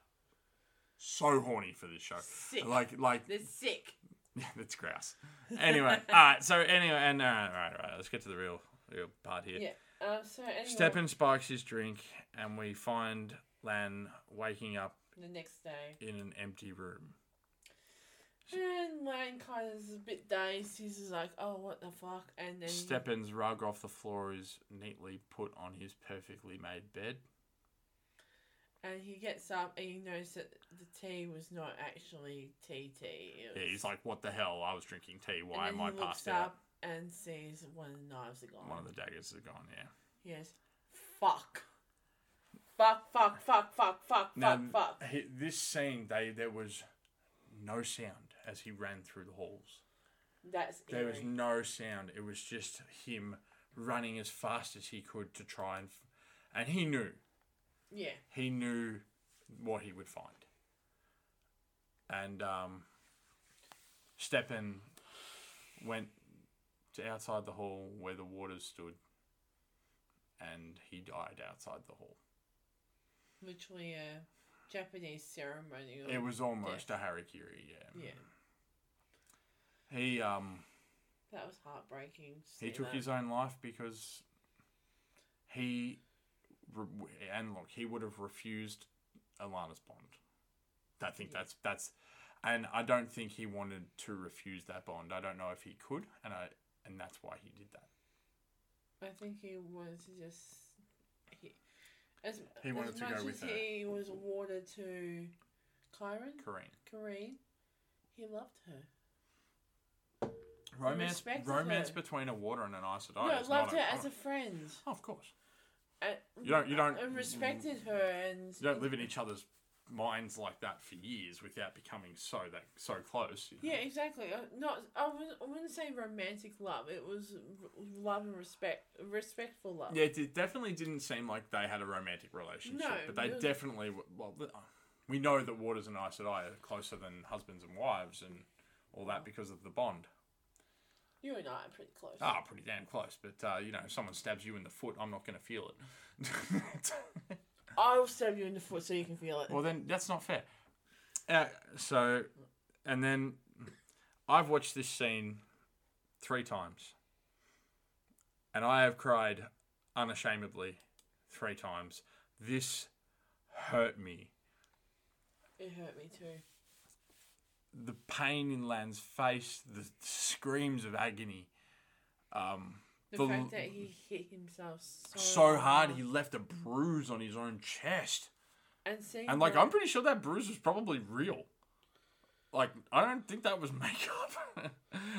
Speaker 1: so horny for this show.
Speaker 2: Sick.
Speaker 1: Like, like
Speaker 2: They're sick.
Speaker 1: Yeah, that's uh, grouse. Anyway, all right. So anyway, and all right, all right, all right. Let's get to the real, real part here.
Speaker 2: Yeah. Um, so anyway,
Speaker 1: Stepan spikes his drink, and we find Lan waking up
Speaker 2: the next day.
Speaker 1: in an empty room.
Speaker 2: And Lane kind of is a bit dazed. He's just like, oh, what the fuck? And then.
Speaker 1: Stepan's rug off the floor is neatly put on his perfectly made bed.
Speaker 2: And he gets up and he knows that the tea was not actually tea tea. It
Speaker 1: Yeah,
Speaker 2: was-
Speaker 1: he's like, "What the hell? I was drinking tea.
Speaker 2: And
Speaker 1: Why
Speaker 2: then
Speaker 1: am I
Speaker 2: he looks
Speaker 1: passed out?"
Speaker 2: up and sees one of the knives are gone.
Speaker 1: One of the daggers is gone. Yeah.
Speaker 2: Yes. Fuck. Fuck, fuck, fuck, fuck, fuck,
Speaker 1: Now,
Speaker 2: fuck, fuck.
Speaker 1: he- this scene, they there was no sound as he ran through the halls.
Speaker 2: That's
Speaker 1: There was
Speaker 2: eerie.
Speaker 1: no sound. It was just him running as fast as he could to try and, f- and he knew
Speaker 2: Yeah.
Speaker 1: he knew what he would find. And um, Stepan went to outside the hall where the waters stood, and he died outside the hall.
Speaker 2: Literally a Japanese ceremonial.
Speaker 1: It was almost a harikiri, yeah.
Speaker 2: Yeah.
Speaker 1: He um
Speaker 2: That was heartbreaking. to
Speaker 1: he
Speaker 2: see
Speaker 1: took
Speaker 2: that.
Speaker 1: his own life because he re- and look he would have refused Alana's bond. I think
Speaker 2: Yeah.
Speaker 1: that's that's, and I don't think he wanted to refuse that bond. I don't know if he could, and I and that's why he did that.
Speaker 2: I think he wanted to just. He, as,
Speaker 1: He wanted
Speaker 2: as
Speaker 1: to go
Speaker 2: much
Speaker 1: with
Speaker 2: as
Speaker 1: her.
Speaker 2: he was awarded to Kyron,
Speaker 1: Correct.
Speaker 2: Kareen, he loved her.
Speaker 1: Romance
Speaker 2: respected
Speaker 1: romance
Speaker 2: her.
Speaker 1: between a water and an ice
Speaker 2: No,
Speaker 1: is not
Speaker 2: loved her as a
Speaker 1: uncommon.
Speaker 2: friend.
Speaker 1: Oh, of course.
Speaker 2: And,
Speaker 1: You don't- you don't-
Speaker 2: And respected her and.
Speaker 1: You don't live in each other's minds like that for years without becoming so that so close. you know.
Speaker 2: Yeah, exactly. Uh, Not I wouldn't, I wouldn't say romantic love. It was r- love and respect, respectful love.
Speaker 1: Yeah, it did- definitely didn't seem like they had a romantic relationship,
Speaker 2: No,
Speaker 1: but they
Speaker 2: no.
Speaker 1: definitely were- well. th- We know that Waters and Ice and I are closer than husbands and wives and all that because of the bond.
Speaker 2: You and I are pretty close.
Speaker 1: Ah, pretty damn close. But uh, you know, if someone stabs you in the foot, I'm not going to feel it.
Speaker 2: I'll stab you in the foot so you can feel it.
Speaker 1: well, then that's not fair. Uh, so, and then I've watched this scene three times, and I have cried unashamedly three times. This hurt me.
Speaker 2: It hurt me too.
Speaker 1: the pain in Lan's face, the screams of agony. Um,
Speaker 2: The,
Speaker 1: The-
Speaker 2: fact that he hit himself so,
Speaker 1: so hard he left a bruise on his own chest,
Speaker 2: and seeing
Speaker 1: and like
Speaker 2: her-
Speaker 1: I'm pretty sure that bruise was probably real. Like I don't think that was makeup.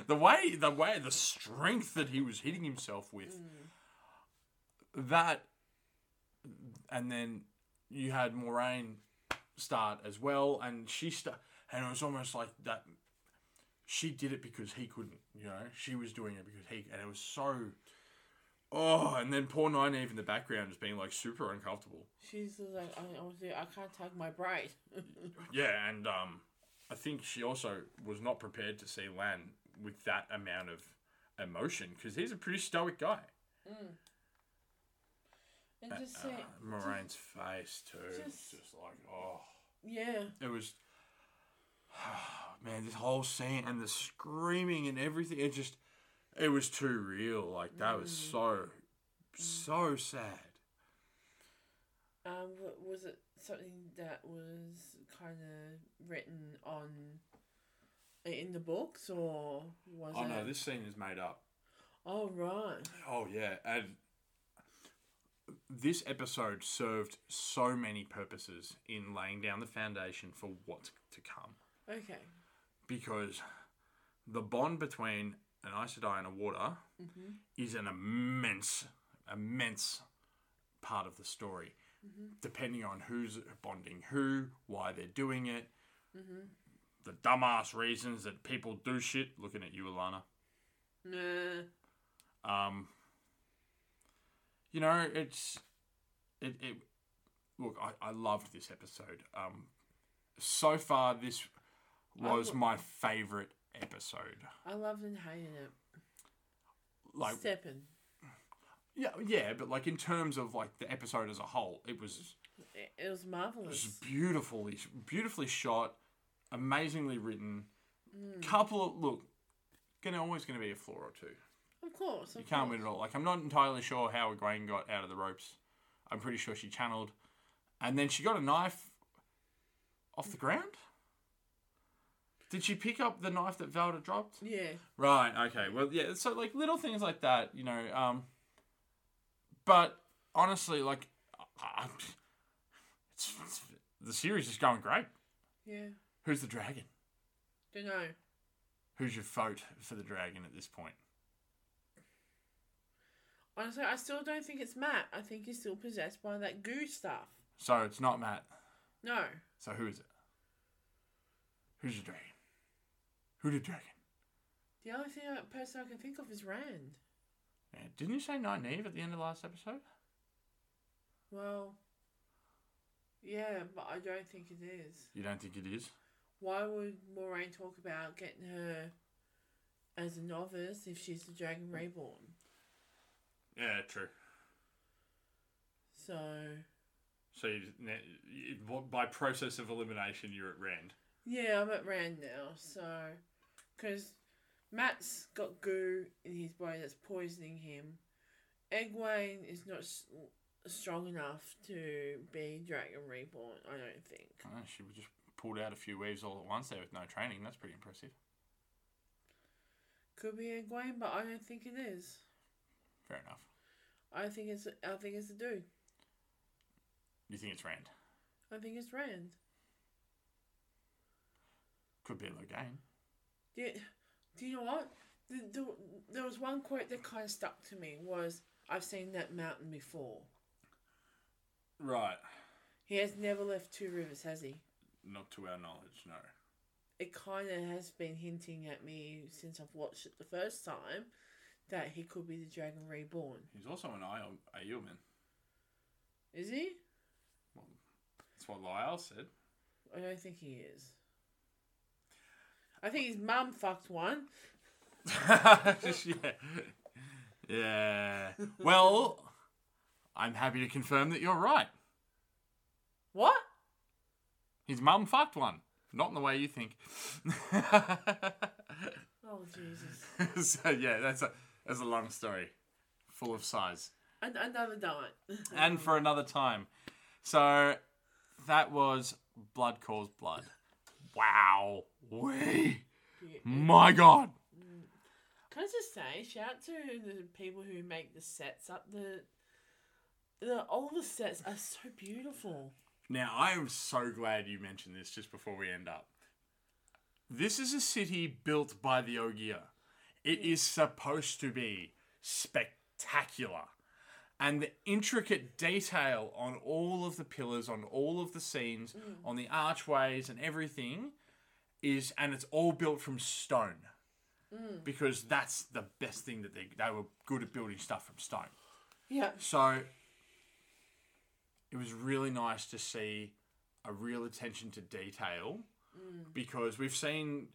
Speaker 1: the way, the way, the strength that he was hitting himself with, that, and then you had Moraine start as well, and she start, and it was almost like that. She did it because he couldn't, you know. She was doing it because he, and it was so. Oh, and then poor Nine Eve in the background is being like super uncomfortable.
Speaker 2: she's just like I, I'll do- I can't tug my braid.
Speaker 1: Yeah, and um, I think she also was not prepared to see Lan with that amount of emotion because he's a pretty stoic guy.
Speaker 2: Mm. and
Speaker 1: Uh,
Speaker 2: just see,
Speaker 1: Moraine's face too,
Speaker 2: Just-
Speaker 1: just, like oh,
Speaker 2: yeah,
Speaker 1: it was. Man, this whole scene and the screaming and everything, it just, it was too real. Like that was
Speaker 2: Mm.
Speaker 1: so, so sad.
Speaker 2: um, wa- was it something that was kind of written on in the books or was
Speaker 1: Oh
Speaker 2: it?
Speaker 1: no, this scene is made up.
Speaker 2: oh right.
Speaker 1: Oh yeah, and this episode served so many purposes in laying down the foundation for what to come
Speaker 2: Okay.
Speaker 1: because the bond between an Aes Sedai and a water is an immense, immense part of the story. Depending on who's bonding who, why they're doing it, the dumbass reasons that people do shit. Looking at you, Alana.
Speaker 2: Nah.
Speaker 1: Um, you know, it's it. it look, I, I loved this episode. Um, so far, this was
Speaker 2: w-
Speaker 1: my favorite episode.
Speaker 2: I loved and hated it.
Speaker 1: Like,
Speaker 2: Stepping.
Speaker 1: yeah, yeah, but like in terms of like the episode as a whole, it was
Speaker 2: It, it was
Speaker 1: it was
Speaker 2: marvelous.
Speaker 1: beautifully, beautifully shot, Mm. amazingly written. Couple of look, gonna always gonna be a flaw or two.
Speaker 2: Of course. Of
Speaker 1: You can't
Speaker 2: course.
Speaker 1: win it all. Like I'm not entirely sure how Egwene got out of the ropes. I'm pretty sure she channeled, and then she got a knife off the ground. Did she pick up the knife that Velda dropped?
Speaker 2: Yeah.
Speaker 1: Right. Okay. Well, yeah. So like little things like that, you know. Um, but honestly, like, I, I- it's, it's, the series is going great.
Speaker 2: Yeah.
Speaker 1: Who's the dragon?
Speaker 2: Don't know.
Speaker 1: Who's your vote for the dragon at this point?
Speaker 2: Honestly, I still don't think it's Matt. I think he's still possessed by that goo stuff.
Speaker 1: So it's not Matt.
Speaker 2: No.
Speaker 1: So who is it? Who's your dragon? Who did dragon?
Speaker 2: The only thing I, person I can think of is Rand.
Speaker 1: Yeah, Uh, didn't you say Nynaeve at the end of last episode?
Speaker 2: Well, yeah, but I don't think it is.
Speaker 1: You don't think it is?
Speaker 2: Why would Moraine talk about getting her as a novice if she's the Dragon Reborn?
Speaker 1: Yeah, true.
Speaker 2: So,
Speaker 1: So you, by process of elimination, you're at Rand.
Speaker 2: yeah, I'm at Rand now. So, because Matt's got goo in his body that's poisoning him. Egwene is not s- strong enough to be Dragon Reborn, I don't think.
Speaker 1: Oh, she was just pulled out a few waves all at once there with no training. That's pretty impressive.
Speaker 2: Could be Egwene, but I don't think it is.
Speaker 1: Fair enough.
Speaker 2: I think it's I think it's a dude.
Speaker 1: You think it's Rand?
Speaker 2: I think it's Rand.
Speaker 1: Could be Loghain.
Speaker 2: Do you, do you know what? The, the, there was one quote that kind of stuck to me was, I've seen that mountain before.
Speaker 1: Right.
Speaker 2: He has never left Two Rivers, has he?
Speaker 1: Not to our knowledge, no.
Speaker 2: It kind of has been hinting at me since I've watched it the first time that he could be the Dragon Reborn.
Speaker 1: He's also an Aiel, Aielman.
Speaker 2: Is he?
Speaker 1: That's what Lyle said.
Speaker 2: I don't think he is. I think his mum fucked one.
Speaker 1: Just, yeah. Yeah. Well, I'm happy to confirm that you're right.
Speaker 2: What?
Speaker 1: His mum fucked one. Not in the way you think.
Speaker 2: Oh, Jesus.
Speaker 1: so yeah, that's a that's a long story, full of sighs.
Speaker 2: An- another dime.
Speaker 1: and for another time. So that was Blood Calls Blood. Wow. Wee. My God.
Speaker 2: Can I just say, shout out to the people who make the sets up. The, the all the sets are so beautiful.
Speaker 1: Now, I am so glad you mentioned this just before we end up. This is a city built by the Ogier. It is supposed to be spectacular. And the intricate detail on all of the pillars, on all of the scenes, on the archways and everything is, and it's all built from stone. Because that's the best thing that they, they were good at building stuff from stone.
Speaker 2: Yeah.
Speaker 1: So it was really nice to see a real attention to detail
Speaker 2: Mm.
Speaker 1: because we've seen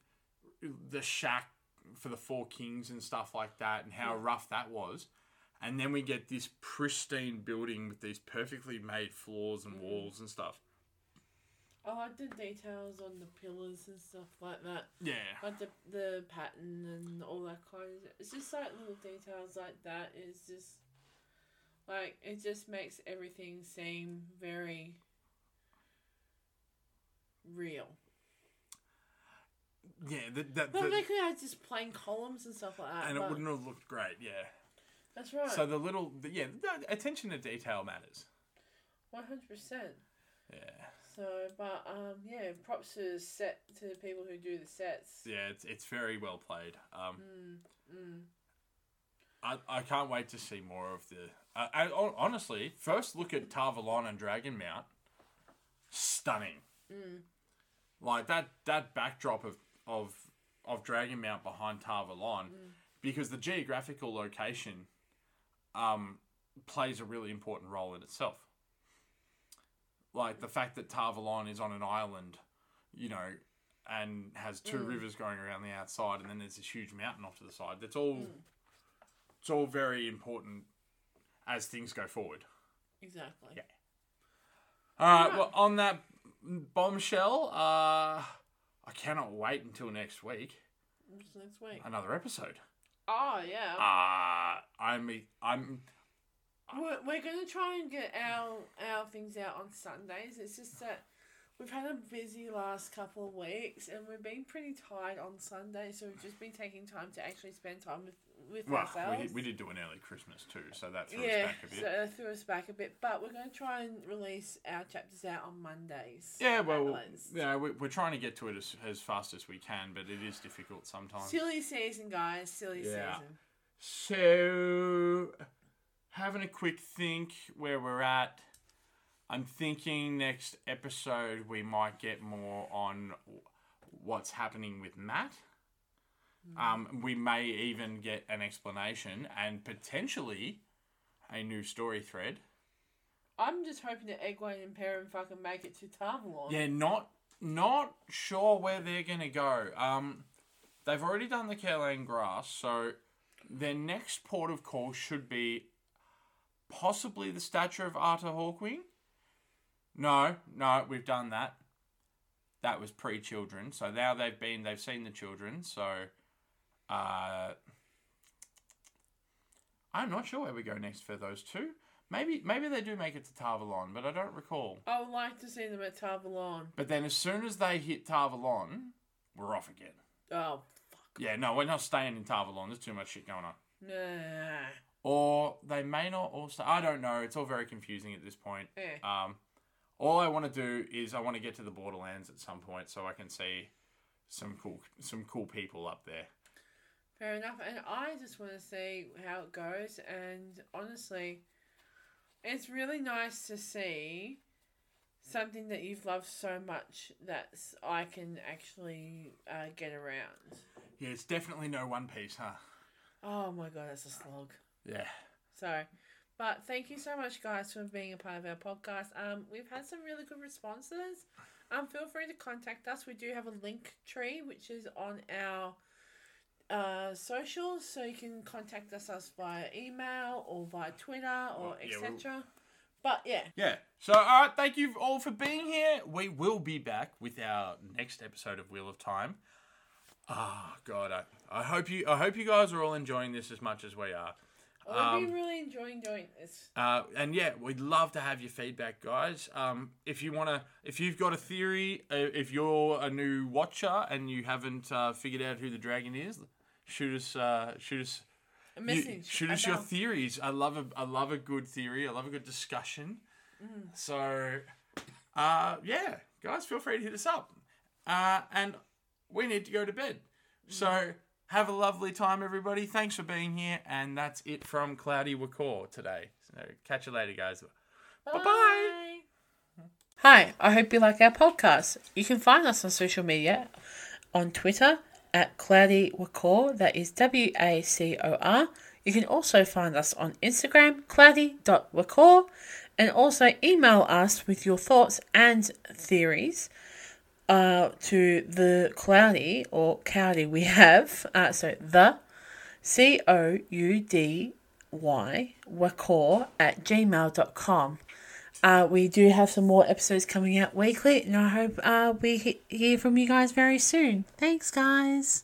Speaker 1: the shack for the four kings and stuff like that and how rough that was. And then we get this pristine building with these perfectly made floors
Speaker 2: Mm.
Speaker 1: and walls and stuff.
Speaker 2: Oh, I like the details on the pillars and stuff like that.
Speaker 1: Yeah.
Speaker 2: Like the the pattern and all that kind of. It's just like little details like that. It's just like it just makes everything seem very real.
Speaker 1: Yeah. The, the,
Speaker 2: But they
Speaker 1: the,
Speaker 2: could have just plain columns and stuff like that.
Speaker 1: and it
Speaker 2: but-
Speaker 1: wouldn't have looked great. Yeah.
Speaker 2: That's right.
Speaker 1: So the little, the, yeah, the attention to detail matters.
Speaker 2: One hundred percent.
Speaker 1: Yeah.
Speaker 2: So, but um, yeah, props to the set to the people who do the sets.
Speaker 1: Yeah, it's, it's very well played. Um,
Speaker 2: Mm.
Speaker 1: I, I can't wait to see more of the. uh, I, I hon- honestly first look at Tarvalon and Dragonmount. Stunning.
Speaker 2: Mm.
Speaker 1: Like that that backdrop of of of Dragonmount behind Tarvalon,
Speaker 2: Mm.
Speaker 1: because the geographical location, um, plays a really important role in itself. Like the fact that Tarvalon is on an island, you know, and has two
Speaker 2: Mm.
Speaker 1: rivers going around the outside, and then there's this huge mountain off to the side. That's all
Speaker 2: Mm.
Speaker 1: it's all very important as things go forward.
Speaker 2: Exactly.
Speaker 1: Yeah. All right. Well, on that bombshell, uh, I cannot wait until next week.
Speaker 2: What's next week?
Speaker 1: Uh-huh. Another episode.
Speaker 2: Oh yeah.
Speaker 1: Uh, I'm I'm
Speaker 2: We're, we're gonna try and get our our things out on Sundays. It's just that we've had a busy last couple of weeks and we've been pretty tired on Sunday, so we've just been taking time to actually spend time with with
Speaker 1: well. We,
Speaker 2: ourselves.
Speaker 1: did- we did do an early Christmas too, so that threw us
Speaker 2: yeah,
Speaker 1: back a bit.
Speaker 2: so that threw us back a bit, but we're gonna try and release our chapters out on Mondays.
Speaker 1: yeah,
Speaker 2: at
Speaker 1: well,
Speaker 2: least.
Speaker 1: yeah, we, we're trying to get to it as, as fast as we can, but it is difficult sometimes.
Speaker 2: Silly season, guys. Silly
Speaker 1: Yeah.
Speaker 2: season.
Speaker 1: So, having a quick think where we're at. I'm thinking next episode we might get more on w- what's happening with Matt. Um, we may even get an explanation and potentially a new story thread.
Speaker 2: I'm just hoping that Egwene and Perrin fucking make it to Tarvalon.
Speaker 1: Yeah, not not sure where they're gonna go. Um, they've already done the Kerlang grass, so their next port of call should be possibly the statue of Arthur Hawkwing. No, no, we've done that. That was pre-children, so now they've been they've seen the children. So, uh, I'm not sure where we go next for those two. Maybe maybe they do make it to Tarvalon, but I don't recall.
Speaker 2: I would like to see them at Tarvalon.
Speaker 1: But then as soon as they hit Tarvalon, we're off again.
Speaker 2: Oh,
Speaker 1: Yeah, no, we're not staying in Tarvalon. There's too much shit going on.
Speaker 2: nah. Yeah.
Speaker 1: Or they may not all stay. I don't know. It's all very confusing at this point.
Speaker 2: Eh,
Speaker 1: Um, all I want to do is I want to get to the Borderlands at some point so I can see some cool some cool people up there.
Speaker 2: Fair enough. And I just want to see how it goes. And honestly, it's really nice to see something that you've loved so much that I can actually uh, get around.
Speaker 1: Yeah, it's definitely no One Piece, huh?
Speaker 2: Oh my god, that's a slog.
Speaker 1: Yeah.
Speaker 2: So, but thank you so much, guys, for being a part of our podcast. Um, we've had some really good responses. Um, feel free to contact us. We do have a link tree, which is on our uh socials, so you can contact us, us via email or via Twitter or
Speaker 1: Well, yeah, we'll-
Speaker 2: etc. But yeah,
Speaker 1: Yeah. So, all right, thank you all for being here. We will be back with our next episode of Wheel of Time. Ah, God, I, I hope you I hope you guys are all enjoying this as much as we are.
Speaker 2: I've
Speaker 1: Um,
Speaker 2: been really enjoying doing this.
Speaker 1: Uh, and yeah, we'd love to have your feedback, guys. Um, if you wanna, if you've got a theory, uh, if you're a new watcher and you haven't uh, figured out who the dragon is, shoot us, uh, shoot us,
Speaker 2: A
Speaker 1: you-
Speaker 2: message.
Speaker 1: shoot us your
Speaker 2: about-
Speaker 1: theories. I love a, I love a good theory. I love a good discussion.
Speaker 2: Mm-hmm.
Speaker 1: So, uh, yeah, guys, feel free to hit us up. Uh, and we need to go to bed.
Speaker 2: Mm-hmm.
Speaker 1: So have a lovely time, everybody. Thanks for being here. And that's it from Cloudy Wakor today. So catch you later, guys. Bye-bye.
Speaker 2: Hi, I hope you like our podcast. You can find us on social media on Twitter at Cloudy Wakor, that is W A C O R. You can also find us on Instagram, cloudy.wakor, and also email us with your thoughts and theories uh, to the cloudy or cowdy we have. Uh, so the C O U D Y wakor at gmail.com. Uh, we do have some more episodes coming out weekly, and I hope uh, we he- hear from you guys very soon. Thanks, guys.